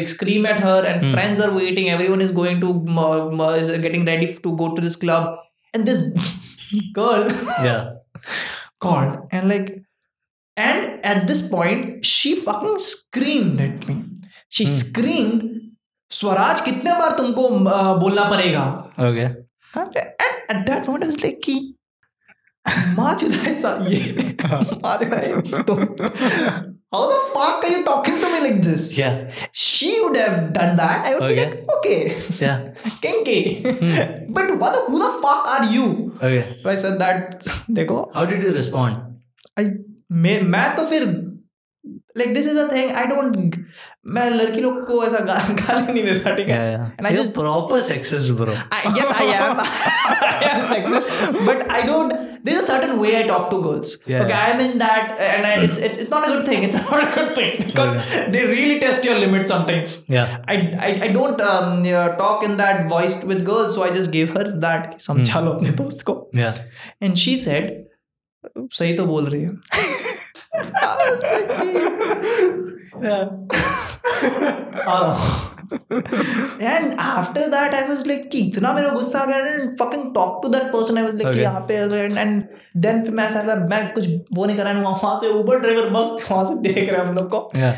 S2: like scream at her and friends are waiting everyone is going to um, uh, is getting ready to go to this club and this girl
S1: Yeah.
S2: called and like and at this point she fucking screamed at me she screamed Swaraj कितने बार तुमको अ, बोलना पड़ेगा
S1: Okay.
S2: and at that moment I was like कि माँ जुदाई सा ये माँ जुदाई तो how the fuck are you talking to me like this
S1: Yeah.
S2: she would have done that I would be
S1: Okay. Hmm.
S2: like okay
S1: Yeah.
S2: kinky but what the, who the fuck are you
S1: Okay.
S2: I said that देखो
S1: How did you respond?
S2: I मैं मैं तो फिर like this is a thing I don't मैं लड़की लोग को ऐसा गा, गाली नहीं देता ठीक है And I
S1: You're
S2: just-
S1: proper sexist, bro.
S2: I, yes I am I am sexist but I don't there's a certain way I talk to girls
S1: Yeah.
S2: okay I'm in that and I, it's, it's it's not a good thing it's not a good thing because they really test your limit sometimes
S1: Yeah.
S2: I, I, I don't um, you know, talk in that voice with girls so I just gave her that कि
S1: Hmm.
S2: समझा लो अपने दोस्त को
S1: Yeah.
S2: And she said सही तो बोल रही है हाँ। And after that I was like कि इतना मेरा गुस्सा आ गया and fucking talk to that person I was like कि
S1: Okay.
S2: यहाँ पे एंड देन फिर मैं ऐसा था, मैं कुछ वो नहीं कर रहा हूँ वहाँ से उबर ड्राइवर मस्त वहाँ से देख रहे हैं हम लोग को
S1: Yeah.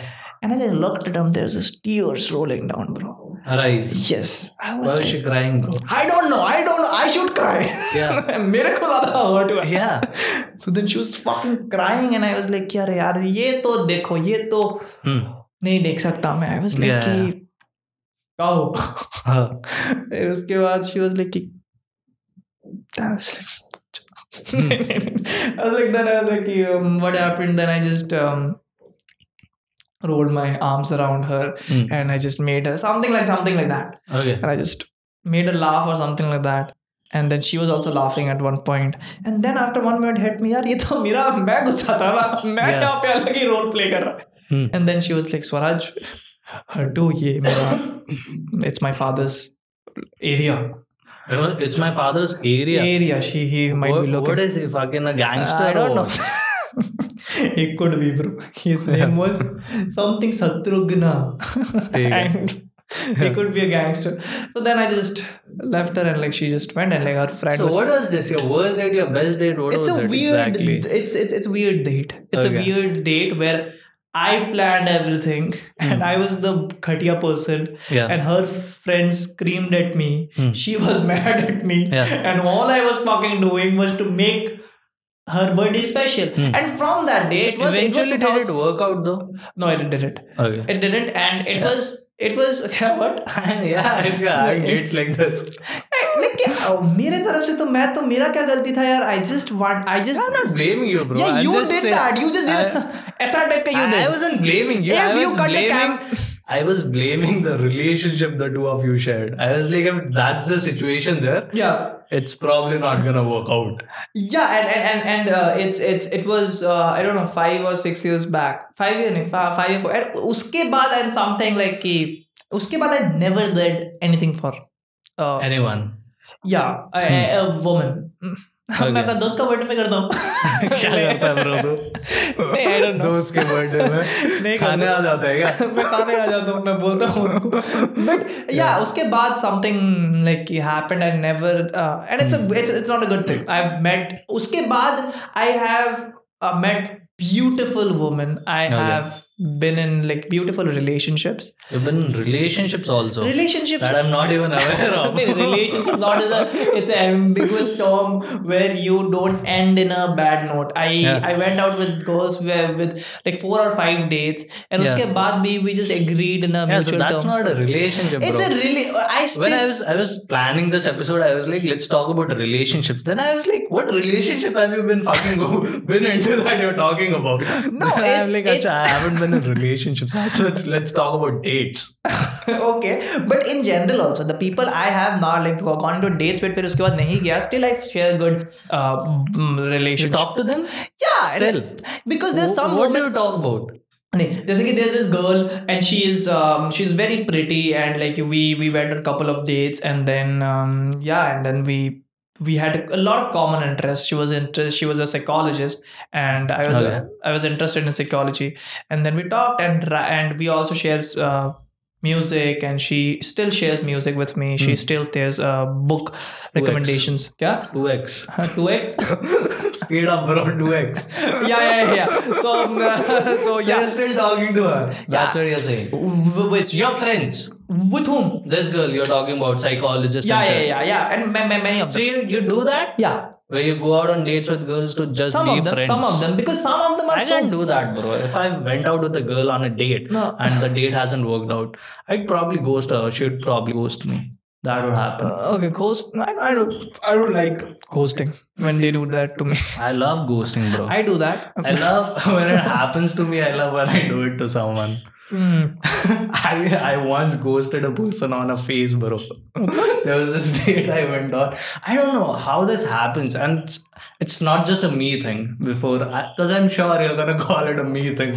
S2: And I looked at there is tears rolling down bro
S1: Arise.
S2: Yes I
S1: Why was
S2: was
S1: she crying, bro?
S2: I don't know. I don't know. I should cry.
S1: Yeah.
S2: मेरे को ज्यादा हर्ट हुआ
S1: Yeah.
S2: so then she was fucking crying and I was like यार यार ये तो देखो ये तो
S1: Hmm.
S2: नहीं देख सकता मैं I was like
S1: Yeah.
S2: कि क्या हो
S1: Uh,
S2: फिर उसके बाद she was like कि I was like
S1: Hmm.
S2: I was like then I was like कि, um, what happened then I just um, rolled my arms around her
S1: Hmm.
S2: and I just made her something like something like that
S1: okay.
S2: and I just made her laugh or something like that. And then she was also laughing at one point and then after one minute hit me यार ये तो मेरा मैं गुस्सा था ना मैं
S1: Yeah.
S2: यहाँ पे अलग ही रोल प्ले कर रहा
S1: Hmm.
S2: And then she was like Swaraj हटो ये मेरा it's my father's area
S1: You know, it's my father's area.
S2: Area she he might
S1: What,
S2: be
S1: what
S2: looking
S1: is he fucking a gangster?
S2: I don't
S1: or
S2: know.
S1: what?
S2: it could be, bro. His name was something Satrugna.
S1: There you go.
S2: and he could be a gangster. So then I just left her and like she just went and like her friend
S1: So
S2: was
S1: what was this? Your worst date, your best date? What
S2: it's
S1: was
S2: a
S1: it
S2: weird
S1: exactly?
S2: it's it's it's weird date. It's
S1: Okay.
S2: a weird date where I planned everything
S1: Hmm.
S2: and I was the khatia person
S1: Yeah.
S2: and her friend screamed at me.
S1: Hmm.
S2: She was mad at me.
S1: Yeah.
S2: And all I was fucking doing was to make her birthday special.
S1: Hmm.
S2: And from that day it was
S1: Eventually,
S2: it
S1: did
S2: was
S1: it
S2: 2000
S1: work out though?
S2: No, it didn't.
S1: Okay.
S2: It didn't, and it was it was yeah, what?
S1: dates like this.
S2: Like, क्या- मेरे तरफ से तो मैं तो मेरा क्या गलती था यार I just want I just
S1: I'm not blaming you, bro.
S2: yeah
S1: I'm
S2: you
S1: just
S2: did
S1: saying-
S2: that you just did
S1: I-
S2: ऐसा टाइप का you
S1: I
S2: did
S1: wasn't blaming you.
S2: If
S1: I
S2: you
S1: was
S2: cut the
S1: blaming,
S2: cam-
S1: I was blaming the relationship the two of you shared. I was like, if that's the situation there,
S2: yeah
S1: it's probably not gonna work out.
S2: yeah and and and, and uh, it's it's it was uh, I don't know five or six years back five year नहीं five five year and उसके बाद and something like कि उसके बाद I never did anything for uh,
S1: Anyone?
S2: yeah a, a, a woman मैं अपना दोस्त का बर्थडे में करता हूँ नहीं आई डोंट नो
S1: दोस्त के बर्थडे में
S2: नहीं
S1: खाने आ जाता है क्या
S2: मैं खाने आ जाता हूँ मैं बोलता हूँ उनको बट या उसके बाद something like happened I never and it's it's it's not a good thing I have met उसके बाद uh, I have met beautiful women I
S1: Okay.
S2: Have been in like beautiful relationships
S1: You've been in relationships also
S2: relationships
S1: that I'm not even aware of.
S2: Okay, relationship not is a it's an ambiguous term where you don't end in a bad note. I
S1: Yeah.
S2: I went out with girls where with like four or five dates, and
S1: Yeah.
S2: uske baad bhi we just agreed in a
S1: yeah, so
S2: mutual
S1: that's
S2: term.
S1: not a relationship,
S2: it's
S1: bro.
S2: a really I still
S1: when I was I was planning this episode, I was like, let's talk about relationships. Then I was like, what relationship have you been fucking go- been into that you're talking about? No, I'm
S2: it's-
S1: like,
S2: it's-
S1: "Acha, I haven't been in relationships. as such. let's talk about dates.
S2: okay, but in general also the people I have now like gone to dates with फिर उसके बाद नहीं गया still I share good uh, mm,
S1: You
S2: relationship.
S1: talk to them?
S2: Yeah, and-
S1: Still.
S2: because there's
S1: Wh-
S2: some
S1: what
S2: women-
S1: do you talk about?
S2: नहीं जैसे कि there's this girl and she is um, she's very pretty and like we we went on a couple of dates and then um, yeah and then we we had a lot of common interests she was interest she was a psychologist and i was
S1: Okay.
S2: i was interested in psychology and then we talked and ra- and we also shares uh, music and she still shares music with me she
S1: Hmm.
S2: still shares uh, book recommendations yeah
S1: 2x.
S2: 2x
S1: Speed up, bro. 2x.
S2: yeah yeah yeah so um, so
S1: So
S2: yeah
S1: you're still talking to her. That's
S2: Yeah.
S1: what you're saying.
S2: W-
S1: Which your friends?
S2: with whom
S1: This girl you're talking about, psychologist.
S2: yeah,
S1: and
S2: yeah,
S1: shit.
S2: yeah, yeah, and ma- ma- many of
S1: So
S2: them.
S1: you, you do that?
S2: Yeah,
S1: Where you go out on dates with girls to just
S2: some
S1: be
S2: of them,
S1: friends.
S2: some of them, because some of them are
S1: I
S2: so.
S1: can't do that, bro. If I went out with a girl on a date
S2: No.
S1: and the date hasn't worked out, I'd probably ghost her. She'd probably ghost me. That would happen.
S2: Uh, okay, ghost. I, I don't. I don't like ghosting when they do that to me.
S1: I love ghosting, bro. I,
S2: I do that.
S1: love when it happens to me. I love when I do it to someone.
S2: Mm.
S1: I I once ghosted a person on a face, bro. there was this date I went on. I don't know how this happens, and it's, it's not just a me thing. Before, because I'm sure you're gonna call it a me thing,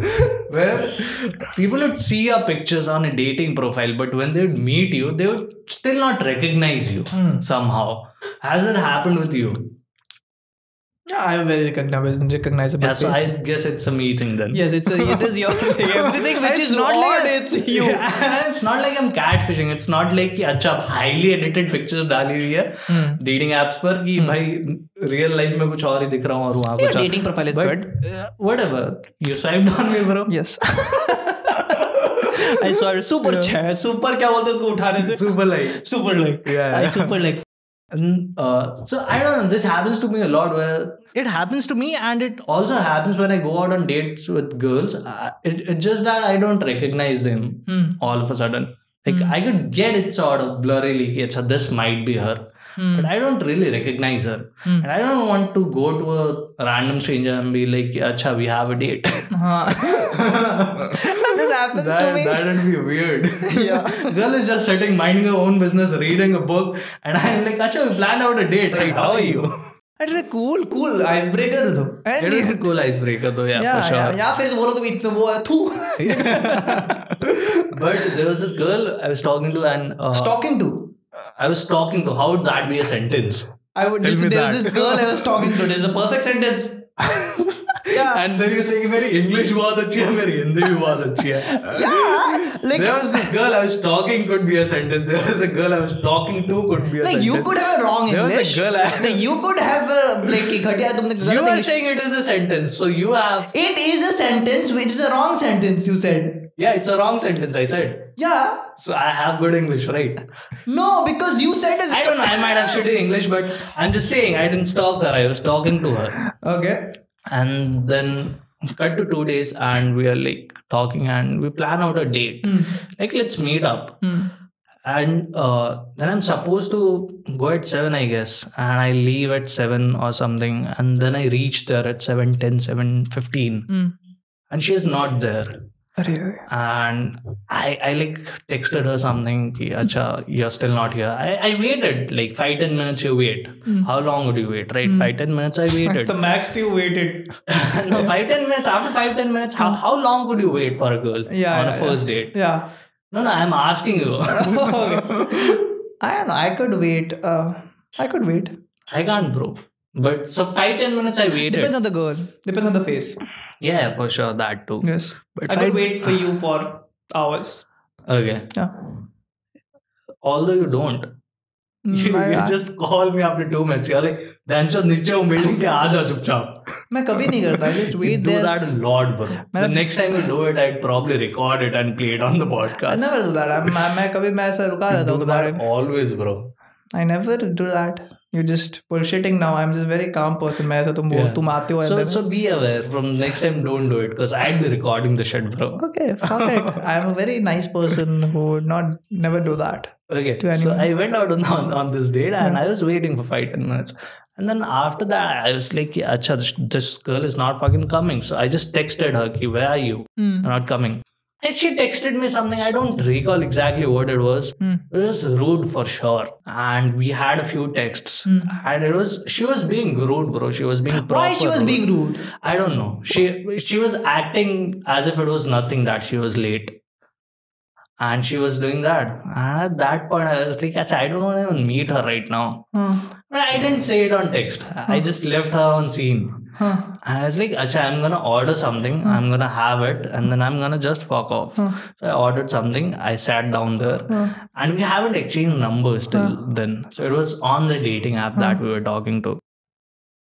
S1: where people would see your pictures on a dating profile, but when they would meet you, they would still not recognize you somehow. Has it happened with you?
S2: Yeah, I'm very recognizable. recognizable
S1: Yeah, so
S2: face.
S1: I guess it's a me thing then.
S2: yes, it's a, it is your thing. Everything which
S1: It's
S2: is not
S1: odd.
S2: like it's you.
S1: Yeah, it's not like I'm catfishing. It's not like कि अच्छा highly edited pictures डाली हुई है
S2: Hmm.
S1: dating apps पर कि भाई real life में कुछ और ही दिख रहा हूँ और वहाँ
S2: Your
S1: कुछ और-
S2: Hmm. dating profile is
S1: But,
S2: good.
S1: uh, whatever you swiped on me bro
S2: Yes. I saw super yeah. super क्या बोलते हैं उसको उठाने से
S1: super like
S2: super like
S1: Yeah.
S2: I super like
S1: And, uh, so I don't know. This happens to me a lot. Where it happens to me, and it also happens when I go out on dates with girls. Uh, it, it's just that I don't recognize them
S2: Hmm.
S1: all of a sudden. Like I could get it sort of blurrily. ki, Acha, this might be her,
S2: Hmm.
S1: but I don't really recognize her, and I don't want to go to अच्छा, a random stranger and be like, "Acha, we have a date."
S2: हाँ this happens to me.
S1: That, that'd be weird.
S2: Yeah.
S1: Girl is just sitting, minding her own business, reading a book, and I'm like, Acha, we planned out a date, right? How are you?
S2: It's a cool, cool icebreaker though.
S1: It
S2: And
S1: is a cool icebreaker, though, yeah,
S2: yeah,
S1: for sure.
S2: yeah, या फिर बोलो तुम इतना वो है, थू
S1: But there was this girl I was talking to, and uh,
S2: talking to
S1: I was talking to. How would that be a sentence?
S2: I would
S1: Tell
S2: this,
S1: me
S2: there's
S1: that.
S2: this girl I was talking to. This is a perfect sentence. Yeah.
S1: And then you're saying, "Mary English was अच्छी है, मेरी Hindi भी बहुत अच्छी है."
S2: yeah. Like
S1: There was this girl I was talking could be a sentence. There was a girl I was talking to could be a
S2: like
S1: sentence.
S2: you could have a wrong
S1: There was a
S2: English.
S1: girl I-
S2: Like you could have a like कि घटिया तुमने गलत
S1: You are
S2: English-
S1: saying it is a sentence, so you have
S2: It is a sentence which is a wrong sentence you said.
S1: yeah, it's a wrong sentence. I said
S2: Yeah.
S1: so. I have good English, right?
S2: No, because you said a
S1: I don't know. I might have shitty English, but I'm just saying I didn't stalk her. I was talking to her,
S2: Okay.
S1: and then cut to two days, and we are like talking, and we plan out a date.
S2: Hmm.
S1: Like let's meet up. And uh, then I'm supposed to go at seven, I guess, and I leave at seven or something, and then I reach there at 7.10, 7.15,
S2: Hmm.
S1: and she's not there.
S2: अरे
S1: and I, I like texted her something ki, acha you're still not here I, I waited like 5 10 minutes you wait how long would you wait
S2: Hmm.
S1: right 5 10 minutes I waited
S2: The max you waited.
S1: no 5 10 minutes after 5 10 minutes how, how long could you wait for a girl
S2: Yeah,
S1: on
S2: yeah,
S1: a first date
S2: Yeah.
S1: no no I'm asking you
S2: I don't know. I could wait. Uh, I could wait.
S1: I can't bro but so 5 10 minutes I waited
S2: Depends on the girl. Depends on the face.
S1: yeah for sure that too
S2: Yes.
S1: But
S2: I
S1: five-
S2: could wait for you for hours.
S1: okay
S2: Yeah.
S1: although you don't you,
S2: I-
S1: you
S2: I-
S1: just call me after 2 minutes you're like "Rancho, नीचे हूँ building के आ जा चुपचाप
S2: मैं कभी नहीं करता. I just
S1: You
S2: wait
S1: do
S2: there.
S1: that a lot, bro. the
S2: मतलब-
S1: next time you do it, I'd probably record it and play it on the
S2: I
S1: podcast.
S2: never do that. I- मैं मैं कभी मैं ऐसा रुका
S1: You
S2: रहता हूँ
S1: do
S2: तुम्हारे
S1: that always, bro.
S2: I never do that. You're just bullshitting now. I'm just a very calm person. मैं ऐसा तुम
S1: Yeah.
S2: तुम आते हो
S1: So,
S2: अंदर
S1: so be aware. From next time, don't do it because I'd be recording the shit, bro.
S2: Okay, fuck it. I'm a very nice person who would not never do that.
S1: Okay.
S2: To
S1: So
S2: anyone.
S1: I went out on, on, on this date and I was waiting for five ten minutes. And then after that, I was like, yeah, acha, this, this girl is not fucking coming. So I just texted her, ki, where are you?
S2: Hmm.
S1: You're not coming. And she texted me something. I don't recall exactly what it was.
S2: Hmm.
S1: It was rude for sure. And we had a few texts. And it was she was being rude, bro. She was being proper.
S2: Hmm. Why she was
S1: rude.
S2: being rude?
S1: I don't know. She she was acting as if it was nothing that she was late. And she was doing that. And at that point I was like, "Acha, I don't want to even meet her right now.
S2: Huh.
S1: But I didn't say it on text. I just left her on scene.
S2: Huh.
S1: And I was like, Acha, I'm gonna order something, I'm gonna have it, and then I'm gonna just fuck off. So I ordered something, I sat down there, and we haven't exchanged numbers till then. So it was on the dating app that we were talking to.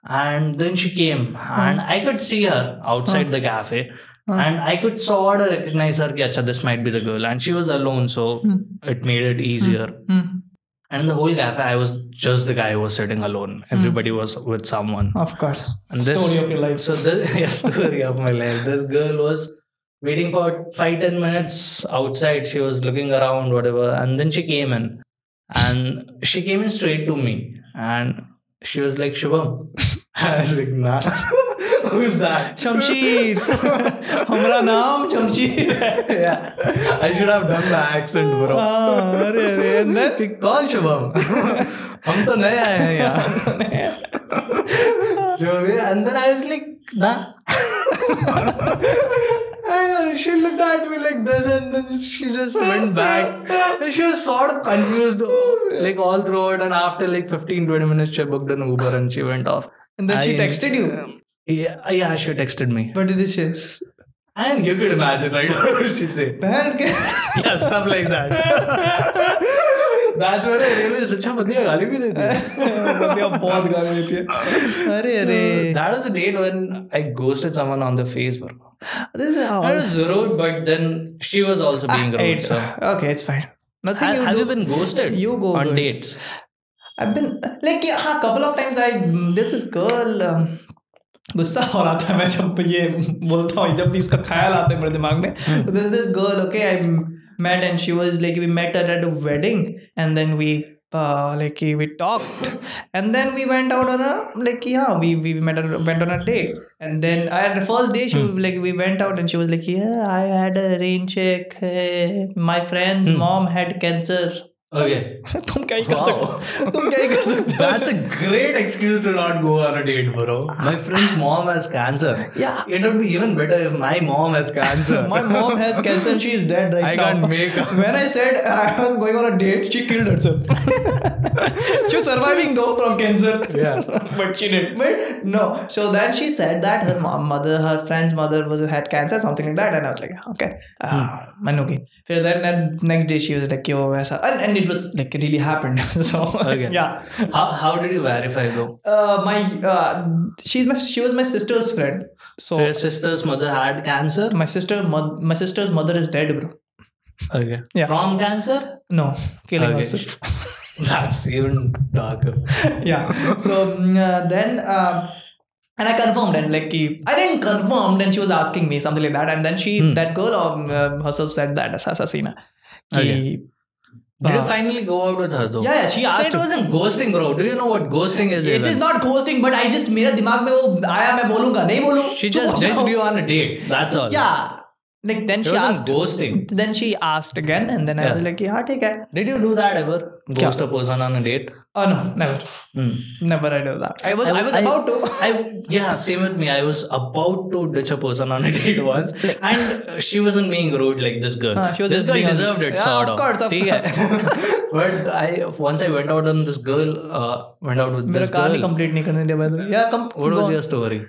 S1: And then she came, and I could see her outside the cafe. And I could sort of recognize her, ki, Acha, this might be the girl. And she was alone, so it made it easier.
S2: Hmm.
S1: And in the whole cafe, I was just the guy who was sitting alone. Everybody was with someone.
S2: Of course.
S1: And this
S2: Story of your life.
S1: So this yeah, story of my life. This girl was waiting for five ten minutes outside. She was looking around, whatever, and then she came in, and she came in straight to me, and she was like, "Shubham," I was like, "Nah." Who's that?
S2: शमशीर हमारा नाम शमशीर
S1: yeah, I should have done the accent, bro.
S2: हाँ, अरे अरे Ah, and then-
S1: कि कौन शुभम हम तो नए आए हैं यहाँ जो भी अंदर आई वाज लाइक ना she looked at me like this and then she just went back and she was sort of confused like all throughout and after like 15-20 minutes she booked an uber and she went off
S2: And then she
S1: I-
S2: texted you.
S1: yeah, yeah she texted me
S2: What did she?
S1: and you could imagine right what did she say
S2: बहन के
S1: yeah, stuff like that. That's where I realized अच्छा बंदिया गाली भी देती
S2: बंदियाँ बहुत गाली देती है अरे अरे
S1: है. That was a date when I ghosted someone on the Facebook.
S2: This is how
S1: I was rude, but then she was
S2: Ah,
S1: also being rude.
S2: It's,
S1: So.
S2: okay, it's fine. Nothing
S1: Have,
S2: you
S1: have
S2: do.
S1: you been ghosted
S2: You go
S1: on
S2: good.
S1: dates?
S2: I've been like yeah, हाँ couple of times I there's this girl um, गुस्सा हो रहा था मैं जब ये बोलता हूँ जब भी इसका ख्याल आता है मेरे दिमाग में तो there's this girl okay I met and she was like we met her at a wedding and then we uh, like we talked and then we went out on a like yeah we we met on, went on a date and then at the first day she like we went out and she was like yeah i had a rain check hey, my friend's mom had cancer
S1: Okay.
S2: तुम क्या ही कर
S1: Wow.
S2: सकते हो तुम क्या ही कर सकते हो
S1: That's a great excuse to not go on a date, bro. My friend's mom has cancer.
S2: Yeah.
S1: It would be even better if my mom has cancer.
S2: My mom has cancer and she is dead right
S1: I
S2: now.
S1: can't make up.
S2: When I said I was going on a date, she killed herself. she was surviving though from cancer.
S1: Yeah.
S2: but she didn't. But no. So then she said that her mom, mother, her friend's mother was had cancer, something like that. And I was like, okay.
S1: Hmm.
S2: Uh, I'm okay. So then and next day she was like, yo, वैसा. And, and it was like really happened. so
S1: Okay.
S2: yeah.
S1: How, how did you verify though?
S2: Uh, my uh, she's my she was my sister's friend. So
S1: So your sister's mother had cancer.
S2: my sister moth- my sister's mother is dead, bro.
S1: Okay.
S2: Yeah.
S1: From cancer.
S2: No, killing
S1: Okay.
S2: herself.
S1: That's even darker.
S2: yeah. So mm, uh, then, uh, and I confirmed, and like he- I didn't confirm. Then she was asking me something like that, and then
S1: Hmm.
S2: she, that girl um, uh, herself said that as assassina. Ki,
S1: Okay. Did you
S2: Uh,
S1: finally go out with her though?
S2: Yeah, yeah, she
S1: So
S2: asked.
S1: it wasn't ghosting, bro. Do you know what ghosting is?
S2: it
S1: even?
S2: is not ghosting, but I just मेरा दिमाग में वो आया मैं बोलूंगा नहीं बोलूं
S1: She
S2: चुप
S1: just
S2: हो जाओ।
S1: ditched you on a date. That's all.
S2: Yeah. Like then
S1: It
S2: she
S1: wasn't
S2: asked.
S1: ghosting.
S2: Then she asked again, and then I
S1: Yeah.
S2: was like, हाँ ठीक है.
S1: Did you do that ever? Ghost a person on a date?
S2: Oh no, never,
S1: Hmm.
S2: never I did that. I was I, was about to.
S1: I yeah, same with me. I was about to ditch a person on a date once, and uh, she wasn't being rude like this girl.
S2: Uh, she was
S1: this
S2: just
S1: girl
S2: being a-
S1: deserved it,
S2: Yeah,
S1: sort
S2: of course, of
S1: ठीक है? but I once I went out on this girl, uh, went out with
S2: मेरा
S1: this
S2: कहानी
S1: girl.
S2: Complete नहीं करने दिया by the way. Yeah, come.
S1: What was your story?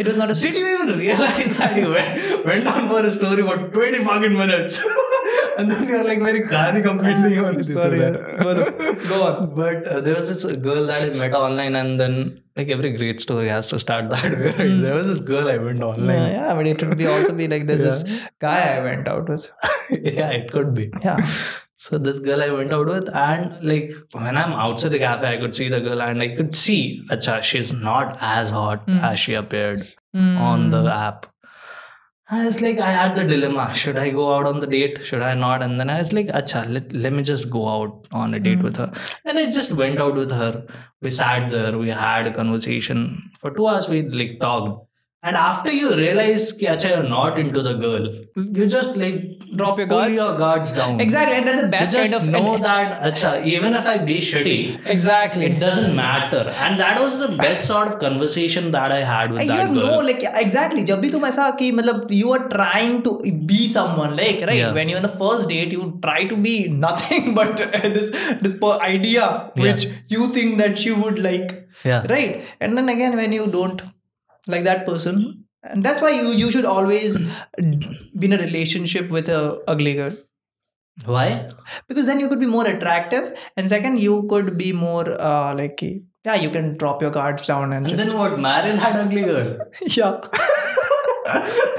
S2: It was not a
S1: Did you even realize that you went, went on for a story for 20 fucking minutes? and then you're like, very kahani complete nahi honi thi
S2: Ah, Sorry,
S1: today."
S2: but- go on.
S1: But uh, there was this girl that I met online, and then, like, every great story has to start that way. right? There was this girl I went online.
S2: Hmm. Yeah, yeah, but it would be also be like there's this guy I went out with.
S1: yeah, it could be.
S2: Yeah.
S1: So this girl I went out with, and like when I'm outside the cafe, I could see the girl, and I could see, acha, she's not as hot
S2: Hmm.
S1: as she appeared on the app. I was like, I had the dilemma: should I go out on the date? Should I not? And then I was like, acha, let, let me just go out on a date with her.
S2: Hmm.
S1: And I just went out with her. We sat there, we had a conversation for two hours. We like talked. And after you realize ki, acha, you're not into the girl, you just like
S2: Drop your
S1: pull
S2: guards.
S1: your guards down.
S2: Exactly, and that's the best
S1: You
S2: kind
S1: just
S2: of
S1: know that acha, even if I be shitty,
S2: Exactly.
S1: it doesn't matter. And that was the best sort of conversation that I had with
S2: You
S1: that girl.
S2: know, like exactly. जब भी तुम ऐसा कि मतलब you are trying to be someone, like right
S1: Yeah.
S2: when you're on the first date, you try to be nothing but uh, this this per- idea which you think that she would like,
S1: Yeah.
S2: right? And then again, when you don't like that person, and that's why you you should always be in a relationship with a ugly girl.
S1: Why?
S2: because then you could be more attractive and second you could be more uh, like yeah you can drop your guards down and
S1: And
S2: just
S1: then what? Marry that ugly girl.
S2: yeah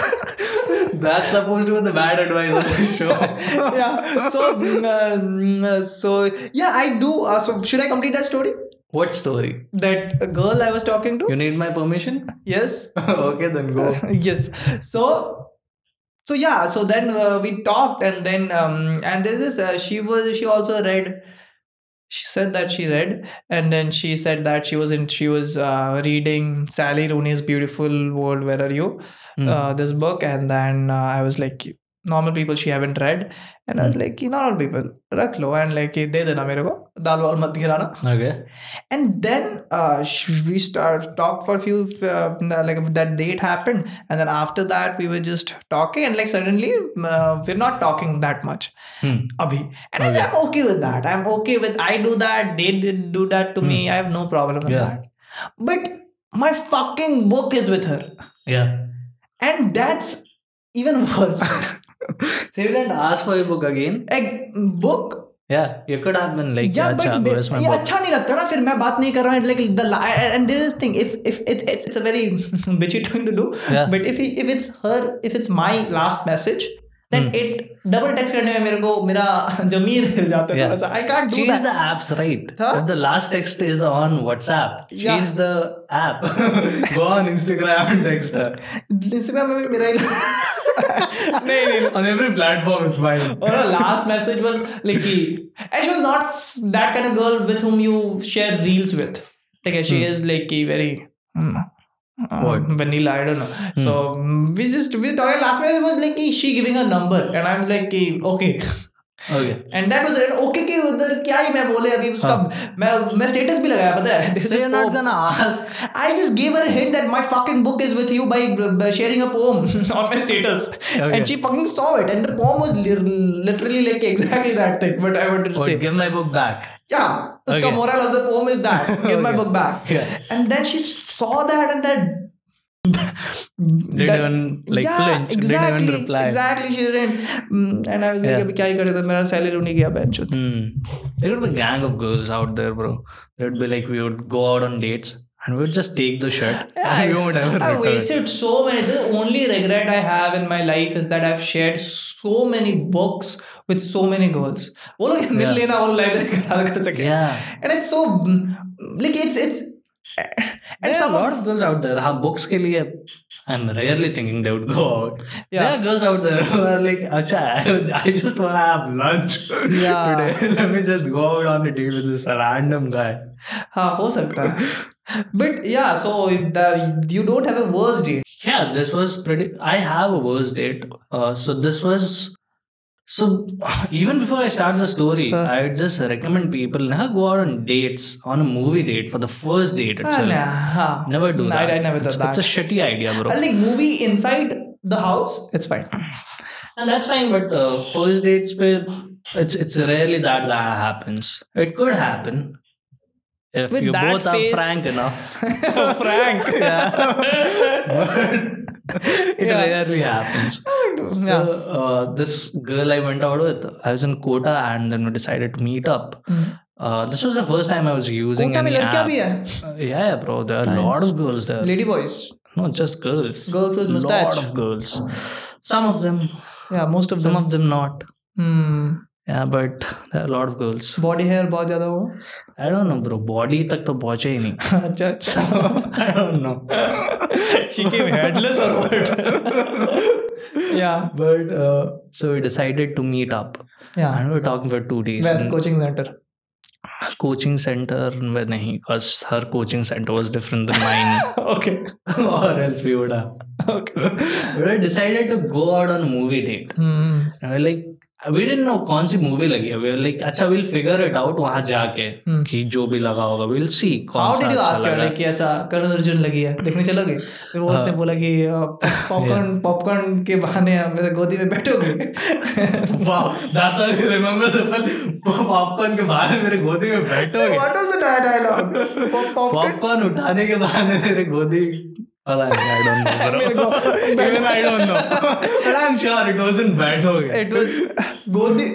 S1: That's supposed to be the bad advice on the show.
S2: yeah so mm, uh, mm, uh, so yeah i do uh, so should i complete that story
S1: what story?
S2: that uh, girl i was talking to
S1: You need my permission?
S2: yes
S1: okay, then go.
S2: yes so so yeah so then uh, we talked and then um, and there's this uh, she was she also read she said that she read and then she said that she was in she was uh, reading sally rooney's beautiful world where are you
S1: Hmm.
S2: uh, this book and then uh, i was like normal people she haven't read and i was
S1: Hmm.
S2: like normal people रख लो and like दे देना मेरे को दाल वाल मत गिराना
S1: Okay.
S2: and then uh, sh- we start talked for a few uh, like that date happened and then after that we were just talking and like suddenly uh, we're not talking that much
S1: Hmm.
S2: abhi and I- i'm okay with that i'm okay with i do that they did do that to me i have no problem with
S1: Yeah.
S2: that but my fucking book is with her
S1: Yeah.
S2: and that's even worse
S1: So you didn't ask for your book again?
S2: like book
S1: Yeah. You could have been like, yeah,
S2: but
S1: acha,
S2: they-
S1: where's my
S2: ये
S1: book?
S2: अच्छा नहीं लगता ना फिर मैं बात नहीं कर रहा हूँ like the end there is thing if if it's it's it's a very bitchy thing to do
S1: Yeah.
S2: But if if it's her if it's my last message
S1: Hmm.
S2: Then it double text करने में मेरे को मेरा जमीर हिल जाता है तो
S1: Yeah.
S2: थोड़ा सा I can't do
S1: Change
S2: that
S1: the apps, right?
S2: Huh?
S1: If the last text is on WhatsApp, change
S2: Yeah.
S1: the app. Go on Instagram and text her.
S2: Instagram में मेरा नहीं नहीं
S1: on every platform it's fine.
S2: Or her last message was like, ki- and she was not s- that kind of girl with whom you share reels with. Like she is like ki very mm, uh,
S1: Hmm. What? Hmm.
S2: vanilla. I don't know. So mm, we just we talking last message was like ki, she giving her number, and I'm like ki, okay.
S1: Okay.
S2: And that was it okay के उधर क्या ही मैं बोले अभी उसका मैं मैं status भी लगाया पता है This
S1: हाँ। So
S2: is
S1: you're not
S2: poem.
S1: gonna ask.
S2: I just gave her a hint that my fucking book is with you by, by sharing a poem on my status.
S1: Okay.
S2: And she fucking saw it. And the poem was li- literally like exactly that thing, but I wanted to
S1: Or
S2: say.
S1: give my book back.
S2: Yeah, uska
S1: Oh, Okay.
S2: moral of the poem is that. Give my
S1: Okay.
S2: book back.
S1: Yeah.
S2: And then she saw that and that.
S1: Didn't
S2: that-
S1: even like
S2: yeah,
S1: flinch.
S2: Exactly,
S1: Didn't even reply.
S2: Exactly, she didn't. Mm, And I was like,
S1: Yeah.
S2: अभी क्या ही कर सकते हैं? मेरा salary उन्हीं गया bench
S1: Hmm. There would be a gang of girls out there, bro. There would be like we would go out on dates and we would just take the shirt and we would
S2: I,
S1: ever
S2: I
S1: return.
S2: wasted so many. The only regret I have in my life is that I've shared so many books with so many girls. वो लोग मिल
S1: Yeah.
S2: लेना वो library खराब कर सके.
S1: Yeah.
S2: And it's so like it's it's and
S1: There are a
S2: some
S1: lot of girls out there. हाँ books के लिए I'm rarely thinking they would go out. There
S2: Yeah.
S1: are girls out there who are like, अच्छा I, I just want to have lunch
S2: Yeah.
S1: today. Let me just go out on a date with this random guy.
S2: हाँ हो सकता है. But yeah, so the, you don't have a worse date.
S1: Yeah, this was pretty. I have a worse date. Uh, so this was. So even before I start the story,
S2: Huh.
S1: I would just recommend people never go out on dates on a movie date for the first date
S2: Ah,
S1: itself.
S2: nah, हाँ.
S1: Never do
S2: I,
S1: that.
S2: I never
S1: it's,
S2: done that.
S1: It's a shitty idea, bro.
S2: And like movie inside the house, it's fine.
S1: And that's fine, but uh, first dates, पे it's it's rarely that that happens. It could happen if
S2: With
S1: you
S2: that
S1: both are
S2: face-
S1: frank enough.
S2: Frank.
S1: it
S2: Yeah.
S1: rarely happens. So
S2: Yeah.
S1: uh, this girl I went out with, I was in Kota, and then we decided to meet up. Uh, this was the first time I was using
S2: Kota में
S1: any
S2: लड़कियां
S1: app.
S2: भी है
S1: Uh, yeah, bro, there are a lot of girls there.
S2: Lady boys
S1: No, just girls.
S2: Girls with mustache.
S1: Lot of girls. Some of them,
S2: या most of
S1: some of them not.
S2: Them
S1: Yeah, but there are a lot of girls.
S2: Body hair Hmm. बहुत ज्यादा हो
S1: I don't know bro body तक तो पहुंचे ही नहीं
S2: अच्छा अच्छा
S1: I don't know she came headless और
S2: yeah
S1: but so we decided to meet up
S2: या
S1: and we talking for two days
S2: well coaching centre
S1: coaching centre में नहीं because her coaching centre was different than mine
S2: okay
S1: or else we would have
S2: okay
S1: we decided to go out on a movie date
S2: Hmm.
S1: and we're like we didn't know कौन सी movie लगी है we were like अच्छा we'll figure it out वहां जाके
S2: Hmm.
S1: कि जो भी लगा होगा we'll see कौन
S2: हाउ
S1: सा
S2: डिड यू
S1: अच्छा
S2: आस्क
S1: लगा
S2: हर कि ऐसा करण अर्जुन लगी है देखने चलोगे फिर वो
S1: हाँ।
S2: उसने बोला कि पॉपकॉर्न पॉपकॉर्न के बहाने आप मेरे गोदी में बैठोगे
S1: Wow, that's how you remember the film. Popcorn के बहाने मेरे गोदी में बैठोगे
S2: what was the dialogue popcorn
S1: popcorn उठाने के बहाने मेरे गोदी पता नहीं आई डोंट
S2: मेरे
S1: नो
S2: को-
S1: bro even I don't know but I am sure it wasn't बैठोगे
S2: इट वाज गोदी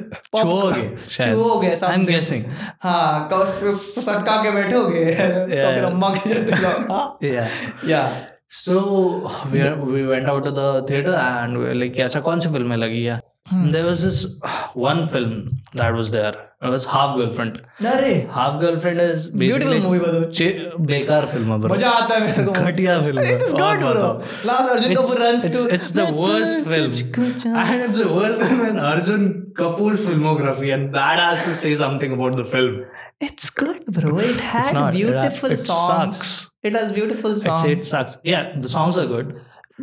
S1: छुओगे
S2: छुओगे
S1: आई एम
S2: something.
S1: गेसिंग
S2: हाँ कब स- सटका के बैठोगे तो फिर
S1: yeah.
S2: अम्मा के चलते जाओ
S1: या
S2: या
S1: so we we went out to the theatre and we like अच्छा कौन सी फिल्म लगी है
S2: Hmm.
S1: There was this one film that was there it was half girlfriend
S2: अरे
S1: half girlfriend is
S2: beautiful
S1: basically
S2: movie बदल
S1: बेकार film है bro.
S2: मजा आता है मेरे को
S1: घटिया फिल्म है
S2: It is good,
S1: और
S2: bro.
S1: बताओ।
S2: Last Arjun Kapoor runs
S1: it's,
S2: to-
S1: it's the worst film and it's the worst film in Arjun Kapoor's filmography and that has to say something about the film
S2: It's good, bro. It had
S1: not, it-
S2: beautiful
S1: it
S2: songs.
S1: sucks.
S2: It has beautiful
S1: it's,
S2: songs.
S1: it sucks yeah the songs are good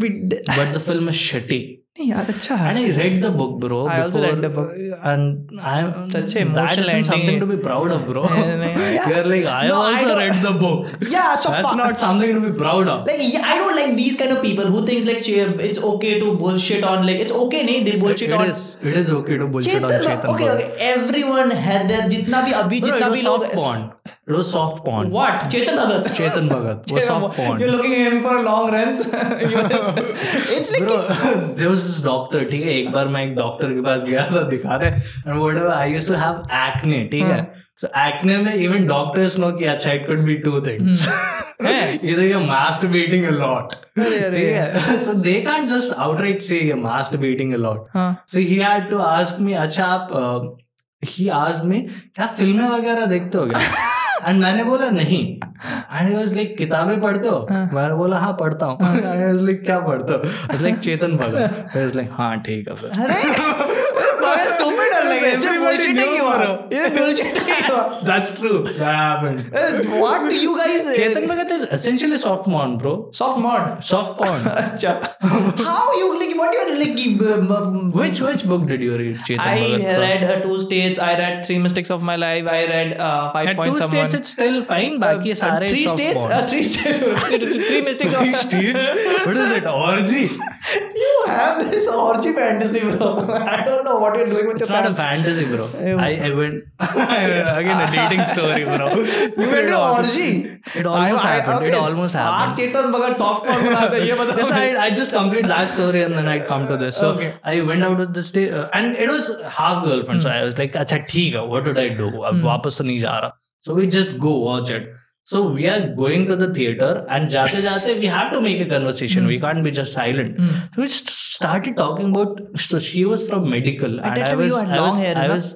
S2: We d-
S1: but the film is shitty
S2: नहीं यार अच्छा है
S1: and I read the book bro
S2: I also
S1: before- uh,
S2: read the book.
S1: and I'm
S2: Such
S1: that
S2: a emotional
S1: isn't something
S2: ending.
S1: to be proud of bro
S2: Yeah.
S1: you're like I
S2: No, I
S1: also
S2: don't-
S1: read the book
S2: Yeah, so
S1: that's
S2: fu-
S1: not something to be proud of
S2: Like yeah, I don't like these kind of people who thinks like che- it's okay to bullshit on like it's okay नहीं they bullshit
S1: it
S2: on
S1: is it is okay to bullshit on
S2: Chetan
S1: Chetan
S2: okay
S1: Bhagat.
S2: okay everyone had their जितना भी अभी
S1: Bro,
S2: जितना
S1: it was
S2: भी लोग
S1: soft porn. It was soft porn.
S2: what Chetan Bhagat
S1: Chetan Bhagat was soft porn.
S2: You're looking at him for a long runs. You're just- it's like
S1: Bro, there was this doctor ठीक है एक बार मैं एक doctor के पास गया था दिखा रहे and whatever I used to have acne ठीक है
S2: हाँ।
S1: so acne में even doctors know कि अच्छा it could be two things तो either you're masturbating a lot
S2: Hmm. अरे, अरे।
S1: ठीक है so they can't just outright say you're masturbating a lot
S2: हाँ
S1: so he had to ask me अच्छा आप uh, he asked me क्या फिल्में वगैरह देखते हो क्या एंड मैंने बोला नहीं एंड वाज लाइक किताबें पढ़ते हो मैंने बोला हाँ पढ़ता हूँ वाज लाइक क्या पढ़ते हो like Chetan Bhagat was like हाँ ठीक है फिर
S2: भाई स्टूपिड है लाइक ऐसे
S1: Everybody
S2: bullshit नहीं
S1: knew,
S2: हुआ
S1: bro.
S2: ये bullshit नहीं हुआ
S1: That's true. That happened.
S2: What do you guys
S1: Chetan Bhagat is essentially soft porn, bro.
S2: Soft mod
S1: Soft porn.
S2: अच्छा how you like what you like
S1: which which book did you read, Chetan
S2: I
S1: Bhagat? bro?
S2: read her two states. I read three mistakes of my life. I read uh, five
S1: At two
S2: points.
S1: states it's still fine. Baki सारे
S2: uh, three
S1: soft
S2: states.
S1: porn.
S2: Uh, three states. three mistakes.
S1: Three
S2: of-
S1: states? What is it? Orgy?
S2: you have this orgy fantasy, bro. I don't know what you're doing with
S1: It's
S2: your.
S1: not a
S2: fan-
S1: fantasy, bro. I, I went again a dating story, bro.
S2: you went
S1: It
S2: to
S1: al-
S2: orgy.
S1: It almost
S2: I- I-
S1: happened. It
S2: okay.
S1: almost happened.
S2: आप Chetan Bhagat soft corn बनाते हैं, ये बताओ
S1: Yes, I, I just complete that story and then I come to this. So
S2: Okay.
S1: I went out with this day uh, and it was half girlfriend.
S2: Hmm.
S1: So I was like, अच्छा ठीक है, what did I do? अब वापस तो नहीं जा रहा. So we just go watch it. So we are going to the theater and जाते जाते we have to make a conversation. We can't be just silent.
S2: Hmm.
S1: So we st- started talking about. So she was from medical
S2: At
S1: and
S2: that
S1: I
S2: time you
S1: was
S2: had
S1: I
S2: long
S1: was,
S2: hair,
S1: I
S2: na?
S1: was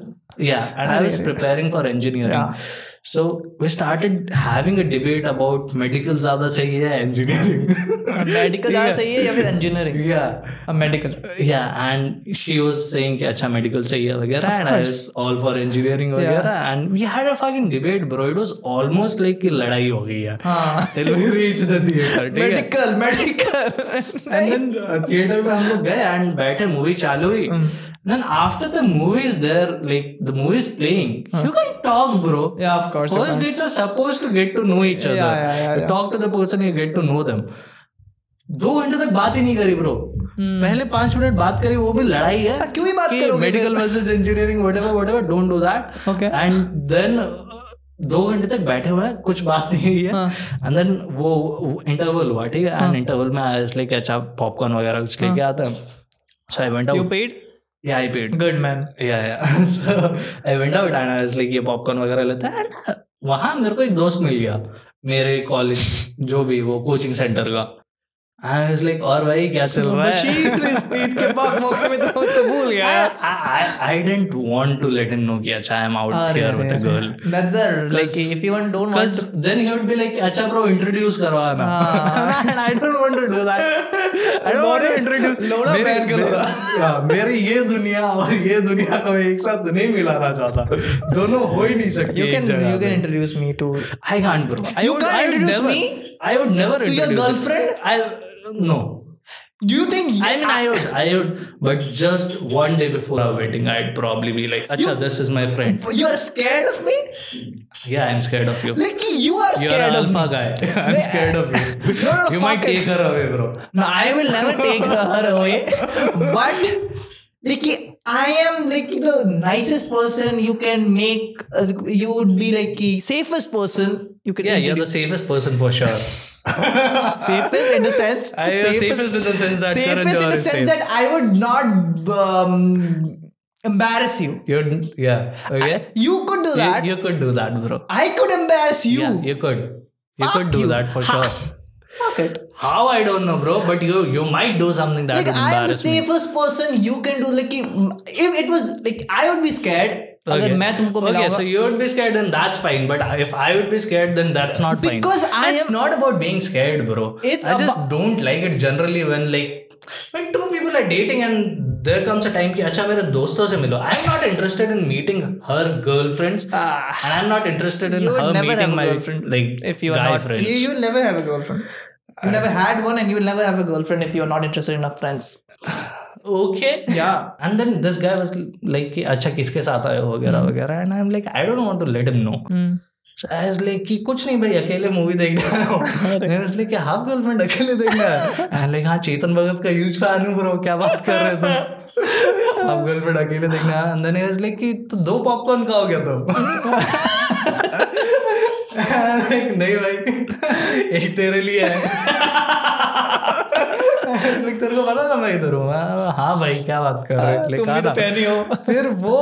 S1: yeah and I was preparing for engineering.
S2: Yeah.
S1: So we started having a debate about medical ज़्यादा सही है engineering.
S2: Medical ज्यादा
S1: Yeah.
S2: सही है या फिर engineering
S1: yeah.
S2: Medical
S1: Yeah, and she was saying कि अच्छा medical चाहिए वगैरह and I
S2: course.
S1: was all for engineering वगैरह and we had a fucking debate bro. It was almost like कि लड़ाई हो गई है.
S2: हाँ
S1: Till we reached the theater. ठीक है?
S2: Medical medical
S1: And then theatre में हम लोग गए and बैठे मूवी चालू हुई.
S2: हाँ.
S1: Then after the movie is there, like the movie is playing, you can talk, bro.
S2: हाँ. Yeah, of course.
S1: First dates are supposed to get to know each other.
S2: Yeah, yeah, yeah,
S1: you
S2: yeah.
S1: talk to the person, you get to know them. दो घंटे तक बात ही नहीं करी bro
S2: Hmm.
S1: पहले पांच minute बात करी वो भी लड़ाई है
S2: हाँ, क्यों ही बात करोगे
S1: medical versus engineering whatever whatever don't do that
S2: Okay.
S1: And then दो घंटे तक बैठे हुए हैं कुछ बात नहीं हुई
S2: हाँ. Uh.
S1: है एंड देन वो इंटरवल हुआ ठीक है एंड इंटरवल में आई वाज लाइक अच्छा पॉपकॉर्न वगैरह कुछ लेके आते हैं so I went
S2: you
S1: out
S2: paid
S1: या आई पेड
S2: गुड मैन
S1: या या so I went out and I was like ये पॉपकॉर्न वगैरह लेते हैं And uh, वहाँ मेरे को एक दोस्त मिल गया मेरे कॉलेज जो भी वो कोचिंग सेंटर का आई वाज लाइक और भाई क्या चल रहा है
S2: बशीर इस पीठ के पाक मौके में तो तो भूल गया
S1: I, I, I I didn't want to let him know कि अच्छा I am out
S2: अरे,
S1: here
S2: अरे,
S1: with a
S2: अरे।
S1: girl.
S2: That's the like
S1: Because-
S2: if you want don't want
S1: Because then he would be like, अच्छा bro introduce करवाना.
S2: हाँ।
S1: And I don't want to do that. I don't want to introduce.
S2: लोड़ा
S1: मेरे-
S2: पहन के
S1: मेरे-
S2: लोड़ा।
S1: हाँ, मेरे ये दुनिया और ये दुनिया को मैं एक साथ नहीं मिलाना चाहता. दोनों हो ही नहीं सकते.
S2: you
S1: एक
S2: can
S1: जगह
S2: you
S1: पे.
S2: can introduce me to
S1: I can't bro. I
S2: You
S1: would-
S2: can't
S1: I would
S2: introduce
S1: never-
S2: me?
S1: I would never
S2: To your
S1: introduce him.
S2: girlfriend?
S1: I no.
S2: Do you think
S1: I mean, I would, I would, but just one day before our wedding, I'd probably be like, "Acha, this is my friend."
S2: you are scared of me?
S1: Yeah, I'm scared of you.
S2: Like you
S1: You're
S2: are
S1: an
S2: scared of
S1: alpha
S2: me.
S1: guy. I'm scared of you.
S2: No, no, no,
S1: you might
S2: fuck it.
S1: take her away, bro.
S2: No, I will never take her away. But like I am like the nicest person you can make. Uh, you would be like the safest person you can.
S1: Yeah, you're the safest person for sure.
S2: safest in the sense.
S1: I am safest in the sense that
S2: safest
S1: Karan
S2: in
S1: Johar
S2: the
S1: is
S2: sense
S1: safe.
S2: that I would not um, embarrass you.
S1: You're yeah. Okay.
S2: You could do that.
S1: you, you could do that, bro.
S2: I could embarrass you.
S1: Yeah, you could. You
S2: Fuck
S1: could do
S2: you.
S1: that for sure.
S2: Fuck it.
S1: How I don't know, bro. But you you might do something that
S2: Like
S1: would
S2: I am the
S1: embarrass me.
S2: safest person you can do. Like if it was like I would be scared. अगर मैं तुमको
S1: okay,
S2: मिलाऊंगा
S1: so you would be scared, then that's fine. But if I would be scared, then that's not fine.
S2: Because I
S1: it's
S2: am-
S1: not about being scared, bro.
S2: It's
S1: I just
S2: abo-
S1: don't like it generally when like when two people are dating and there comes a time कि अच्छा मेरे दोस्तों से मिलो. I'm not interested in meeting her girlfriends.
S2: Ah.
S1: and I'm not interested in
S2: You would
S1: her
S2: never have
S1: meeting
S2: a
S1: my
S2: girlfriend
S1: like
S2: if you are
S1: guy
S2: not
S1: friends.
S2: You, you'll never have a girlfriend you never had one and you'll never have a girlfriend if you're not interested in our friends
S1: okay
S2: Yeah.
S1: and then this guy was like कि अच्छा किसके साथ आए हो वगैरह वगैरह and I'm like I don't want to let him know
S2: Mm.
S1: so I was like कि कुछ नहीं भाई अकेले मूवी देखने आया हूँ I was like कि half girlfriend अकेले देखने आया I'm like हाँ चेतन भगत का यूज फैन हूँ ब्रो क्या बात कर रहे तुम half girlfriend अकेले देखने आया and then he was like कि तो दो पॉपकॉर्न का हो गया तो like, नहीं भाई एक तेरे लिए है like, तेरे को पता था मैं इधर हूँ मैं, हाँ भाई क्या बात कर रहे हो Like,
S2: तुम भी तो
S1: आधा-
S2: पहनी हो।
S1: फिर वो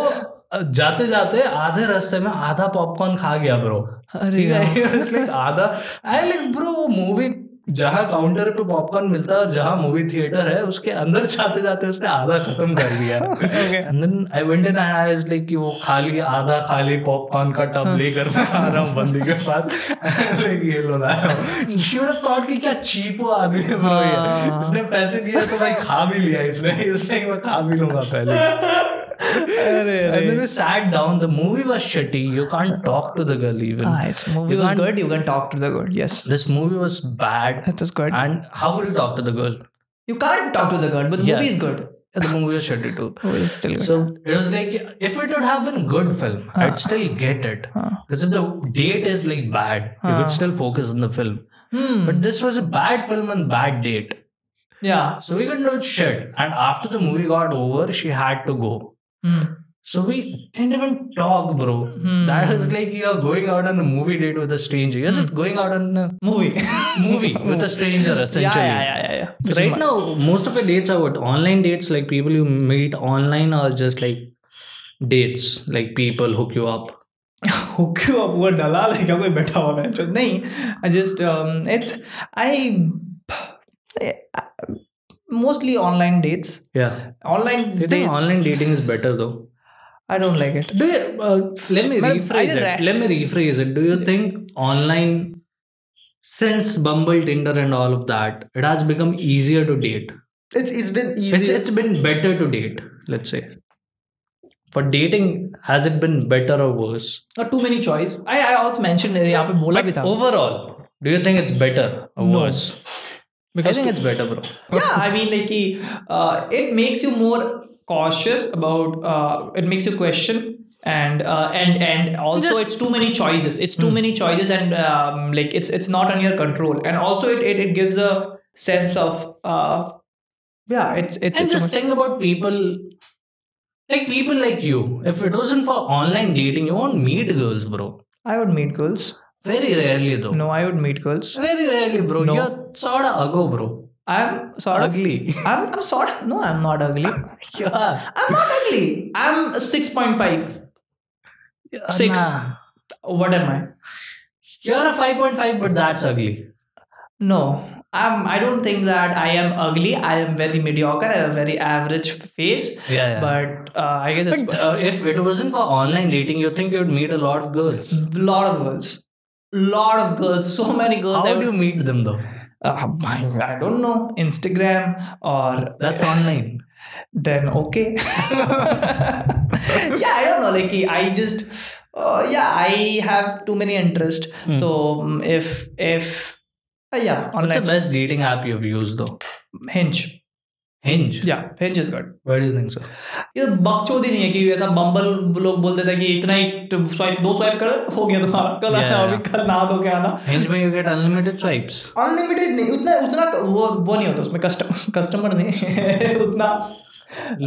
S1: जाते जाते आधे रास्ते में आधा पॉपकॉर्न खा गया ब्रो
S2: अरे
S1: ठीक है? It was like आधा आई लाइक ब्रो वो मूवी जहाँ काउंटर पे पॉपकॉर्न मिलता है और जहाँ मूवी थिएटर है उसके अंदर जाते जाते उसने आधा खत्म कर दिया and then I went and I was like कि वो खाली आधा खाली पॉपकॉर्न का
S2: हाँ।
S1: टब लेकर मैं आ रहा हूँ बंदी के पास लाइक ये लो ला रहा हूँ शी वुड हैव कि क्या चीपो आदमी है bro ये
S2: हाँ।
S1: इसने पैसे दिए तो भाई खा भी लिया इसने इसने मैं खा भी लूंगा पहले
S2: अरे
S1: And then we sat down. The movie was shitty. You can't talk to the girl even.
S2: Ah, it's movie
S1: You
S2: was
S1: can't-
S2: good. You can talk to the girl. Yes,
S1: This movie was bad.
S2: that was good.
S1: And how could you talk to the girl?
S2: You can't talk to the girl, but the
S1: Yeah.
S2: movie is good.
S1: Yeah, the movie was shitty too.
S2: Movie is still good.
S1: So it was like if it would have been good film,
S2: Ah.
S1: I'd still get it.
S2: Huh.
S1: Because if the date is like bad, you
S2: Huh.
S1: could still focus on the film.
S2: Hmm.
S1: But this was a bad film and bad date.
S2: yeah.
S1: So we could not shit. And after the movie got over, she had to go.
S2: Hmm.
S1: So we didn't even talk, bro. That is like you're going out on a movie date with a stranger. You're just going out on a
S2: Movie.
S1: movie with a stranger,
S2: yeah,
S1: essentially.
S2: yeah, yeah, yeah, yeah. Which is
S1: Right
S2: my-
S1: now, most of the dates are what? Online dates, like people you meet online, or just like dates, like people hook you up.
S2: हुक्के अब वो दलाल है क्या कोई बैठा हुआ है नहीं um, I just it's I mostly online dates
S1: Yeah.
S2: Online
S1: Do you think online dating is better though?
S2: I don't like it
S1: Do you, uh, let me
S2: Madam,
S1: rephrase
S2: either
S1: it.
S2: ra-
S1: Let me rephrase it. Do you think online, since Bumble, Tinder, and all of that, it has become easier to date?
S2: It's it's been
S1: It's
S2: easy
S1: it's been better to date. Let's say for dating, has it been better or worse?
S2: Too many choice I I also mention यहां पे बोला भी था
S1: Overall, do you think it's better or
S2: No.
S1: worse? I think it's better, bro.
S2: yeah i mean like ki, uh, it makes you more cautious about uh, it makes you question and uh, and and also
S1: Just- Hmm.
S2: it's too many choices it's too many choices and um, like it's it's not on your control and also it it, it gives a sense of uh, yeah it's it's,
S1: and
S2: it's so
S1: just
S2: much-
S1: think about people like people like you. If it wasn't for online dating, you won't meet girls, bro.
S2: i would meet girls
S1: Very rarely though.
S2: no i would meet girls
S1: Very rarely, bro.
S2: No.
S1: You're sort of ago, bro.
S2: i'm sort of
S1: Ugly.
S2: I'm, I'm sort of no i'm not ugly
S1: yeah.
S2: i'm not ugly i'm 6.5
S1: Six.
S2: Nah. what am i
S1: You're a 5.5, but that's ugly.
S2: No, um, I don't think that I am ugly. I am very mediocre. I have a very average face.
S1: Yeah.
S2: But uh, I guess it's
S1: But uh, if it wasn't for online dating, you think you'd meet a lot of girls.
S2: a lot of girls. Lot of girls. So many girls. I
S1: How
S2: would-
S1: do you meet them though?
S2: Uh, I don't know. Instagram or
S1: That's online.
S2: then okay yeah i don't know like i just uh, yeah i have too many interest so um, if if uh, yeah
S1: Hmm. What's the
S2: online
S1: best dating app you've used though?
S2: hinge
S1: Hinge.
S2: yeah hinge is good
S1: Where do you think so?
S2: ये बकचोद ही नहीं है कि ऐसा बम्बल लोग बोलते थे कि इतना ही तो स्वाइप दो स्वाइप कर हो गया तुम्हारा कल
S1: Yeah,
S2: आना
S1: yeah.
S2: अभी कल नहा धो के आना
S1: Hinge में you get unlimited swipes.
S2: Unlimited नहीं उतना उतना वो वो नहीं होता उसमें कस्टम कस्टमर नहीं उतना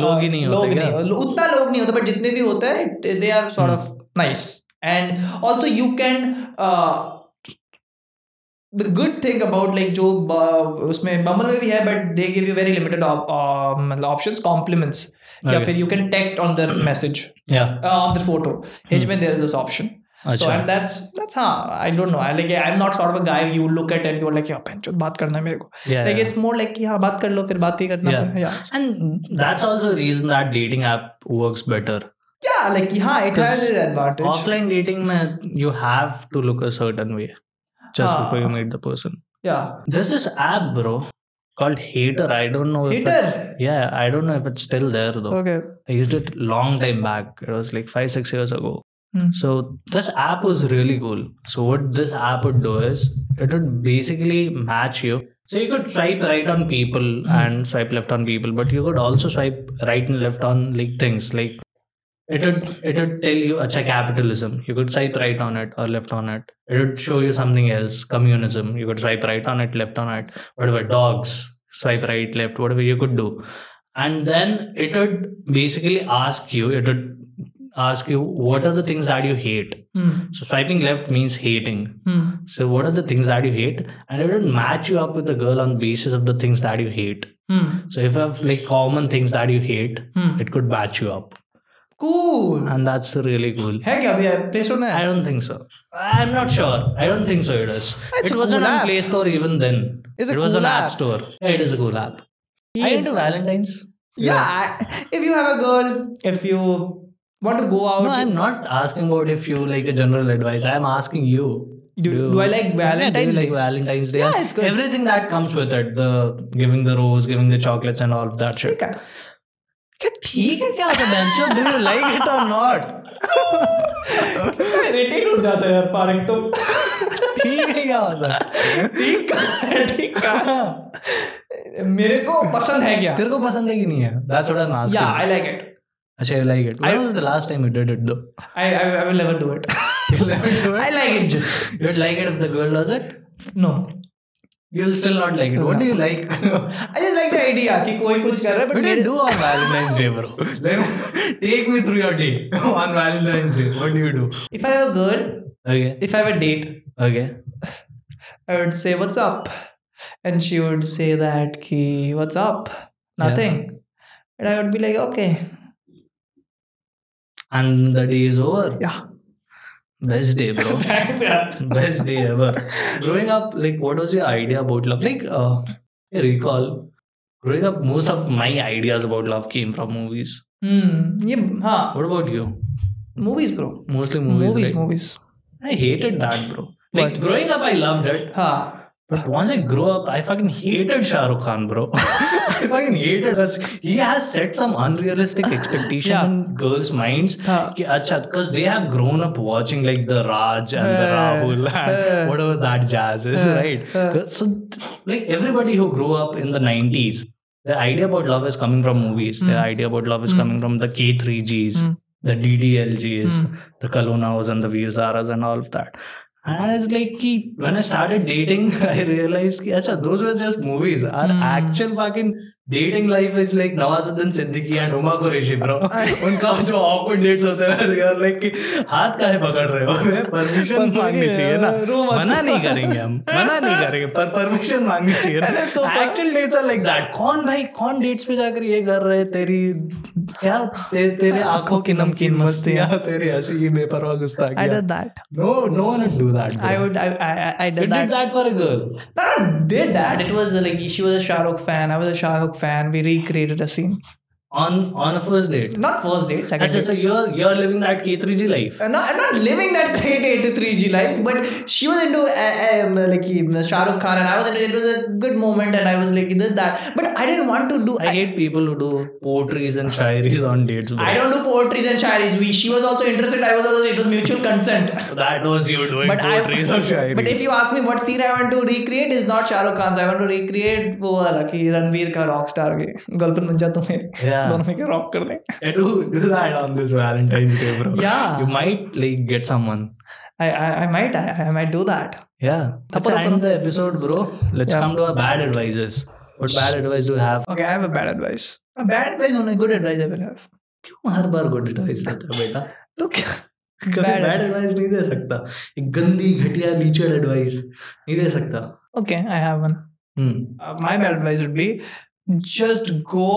S1: लोग ही नहीं होते
S2: लोग
S1: क्या?
S2: नहीं हो- उतना लोग नहीं होता बट जितने भी होते हैं they are sort of
S1: hmm.
S2: Nice and also you can the good thing about like जो ब- उसमें बम्बल में भी है but they give you very limited मतलब ऑप्शंस कॉम्प्लीमेंट्स या
S1: Okay.
S2: फिर you can text on their message
S1: Yeah.
S2: uh, on the photo. Hinge में there is this option. So
S1: Acha.
S2: and that's that's huh. I don't know. I like I'm not sort of a guy you look at and you're like yeah pencho बात करना है मेरे को.
S1: Yeah,
S2: Like
S1: yeah.
S2: it's more like कि हाँ बात कर लो फिर बात ही करना
S1: Yeah.
S2: है. Yeah.
S1: And that's also a reason that dating app works better.
S2: Yeah like कि हाँ it has its advantage.
S1: Offline dating, mein, you have to look a certain way just
S2: Ah.
S1: before you meet the person.
S2: yeah.
S1: There's this app, bro, called Hater. I don't know. If it-
S2: Hater.
S1: yeah, I don't know if it's still there though.
S2: Okay.
S1: I used it long time back. It was like five, six years ago.
S2: Hmm.
S1: So this app was really cool. So what this app would do is it would basically match you. So you could swipe right on people and swipe left on people, but you could also swipe right and left on like things like it would it would tell you acha capitalism. You could swipe right on it or left on it. It would show you something else, communism. You could swipe right on it, left on it. Whatever dogs, swipe right, left, whatever you could do and then it would basically ask you it would ask you what are the things that you hate
S2: Hmm.
S1: so swiping left means hating
S2: Hmm.
S1: so what are the things that you hate and it would match you up with a girl on basis of the things that you hate
S2: Hmm.
S1: so if you have like common things that you hate
S2: Hmm.
S1: it could match you up
S2: cool
S1: and that's really cool.
S2: है क्या अभी play store में
S1: I
S2: है?
S1: don't think so. I'm not sure. I don't think so. It is.
S2: It's
S1: it
S2: a
S1: wasn't
S2: cool
S1: on
S2: app.
S1: Play Store even then.
S2: It's a
S1: it was
S2: cool
S1: an app,
S2: app.
S1: store. Yeah, it is a cool app. Are you into Valentine's?
S2: yeah I, if you have a girl if you want to go out
S1: No, I'm not asking about if you like a general advice. I'm asking you.
S2: do, do I like
S1: yeah, do
S2: Valentine's
S1: you like
S2: Day
S1: Valentine's Day.
S2: Yeah,
S1: and
S2: it's good.
S1: Everything that comes with it, the giving the rose, giving the chocolates, and all of that shit.
S2: ठीक
S1: क्या ठीक है
S2: है
S1: क्या तो बेंचो do you like it और not
S2: irritate हो जाता है यार पारिक तो
S1: ठीक है क्या होता है?
S2: ठीक है ठीक है मेरे को पसंद है क्या
S1: तेरे को पसंद है कि नहीं है दैट्स व्हाट आई एम
S2: या
S1: आस्किंग
S2: आई लाइक इट
S1: अच्छा I like it when was the last time you did it though
S2: I I will never do it I like it just
S1: You would like it if the girl does it?
S2: No
S1: You'll still not like it. What do you like? what
S2: I just like the idea कि कोई कुछ कर रहा है but
S1: do you do on Valentine's Day, bro? Let me, take me through your day on Valentine's Day. What do you do?
S2: if I have a girl,
S1: Okay.
S2: if I have a date,
S1: Okay.
S2: I would say, What's up? And she would say that, ki, What's up? Nothing. And I would be like, Okay.
S1: And the day is over.
S2: Yeah.
S1: Best day, bro.
S2: Thanks, yeah.
S1: Best day ever. Growing up, like, what was your idea about love? Like, uh, I recall. Growing up, most of my ideas about love came from movies.
S2: Hmm. Yeah, huh.
S1: What about you?
S2: Movies, bro.
S1: Mostly movies.
S2: Movies, movies.
S1: right? I hated that, bro. Like,
S2: What?
S1: growing up, I loved it.
S2: Huh.
S1: But once I grew up, I fucking hated Shah Rukh Khan, bro. I fucking hated us. He has set some unrealistic expectation
S2: Yeah.
S1: in girls' minds.
S2: Huh.
S1: कि अच्छा, because they have grown up watching like the Raj and the
S2: Uh,
S1: Rahul and
S2: uh,
S1: whatever that jazz is,
S2: uh,
S1: right?
S2: uh.
S1: so, th- like everybody who grew up in the 90s, the idea about love is coming from movies. The idea about love is coming from the K3Gs, the DDLGs, the Kalonas and the Virzaras and all of that. And I was like, ki, when I started dating, I realized ki, acha, those were just movies. Our actual fucking dating life is like Nawazuddin Siddiqui and Huma Qureshi, bro. उनका जो awkward dates होते हैं यार like कि हाथ काहे पकड़ रहे हो बे? permission मांगनी चाहिए ना
S2: रो मत।
S1: मना नहीं करेंगे हम मना नहीं करेंगे पर परमिशन मांगनी चाहिए
S2: so
S1: ना actual dates are like that कौन भाई कौन डेट्स पे जाकर ये कर रहे तेरी क्या ते, तेरे आंखों की नमकीन मस्तियां तेरी हंसी की बेपरवाह
S2: I
S1: गुस्ताखियां
S2: did that.
S1: No, no one would do that.
S2: I
S1: bro.
S2: would. I. I. I- I
S1: You
S2: did that.
S1: did that for a girl.
S2: No, no, did that. It was like she was a Shah Rukh fan. I was a Shah Rukh fan. We recreated a scene.
S1: On on a first date.
S2: Not first date. Second.
S1: That's
S2: date.
S1: just so you're you're living that K3G life.
S2: Uh, no, I'm not living that great 83G life, but she was into uh, um, like um, Shah Rukh Khan, and I was into it was a good moment, and I was like did that, but I didn't want to do.
S1: I
S2: I,
S1: hate people who do poetries and shairies on dates. Bro.
S2: I don't do poetries and shairies. We she was also interested. I was also it was mutual consent.
S1: So that was you doing
S2: But I.
S1: poetries or shairies.
S2: But if you ask me what scene I want to recreate, is not Shah Rukh Khan's. I want to recreate वो वाला कि रणवीर का Rockstar के girlfriend बन जा तो मेरे
S1: Yeah.
S2: दोनों में क्या रॉक कर दे
S1: I do do that on this Valentine's Day, bro.
S2: Yeah.
S1: You might like get someone.
S2: I, I, I might I, I might do that.
S1: Yeah. Let's
S2: Tapar-
S1: end the episode, bro. Let's
S2: Yeah.
S1: come to our bad advices. What bad advice do you have?
S2: Okay, I have a bad advice. A bad advice only good advice I will have.
S1: क्यों हर बार good advice देता है बेटा
S2: Look.
S1: कभी
S2: तो Bad
S1: bad advice नहीं दे सकता एक गंदी घटिया लीचर एडवाइस नहीं दे सकता
S2: Okay, I have one.
S1: Hmm
S2: Uh, my bad advice would be just go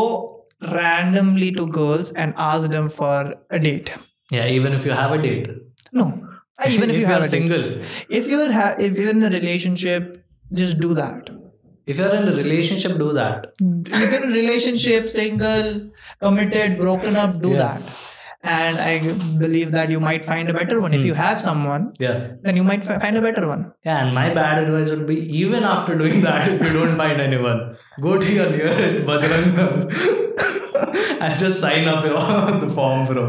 S2: randomly to girls and ask them for a date.
S1: Yeah even if you have a date
S2: No. Even if you have a date.
S1: Single
S2: If you're ha- if you're in a relationship, just do that.
S1: If you are in relationship do that
S2: if you're in a relationship, single, committed, broken up, do
S1: Yeah.
S2: that. And I believe that you might find a better one. If you have someone,
S1: yeah
S2: then you might fi- find a better one.
S1: Yeah, and my bad advice would be even after doing that, if you don't find anyone, go to your nearest Bajrang Dal and just sign up on the form, bro.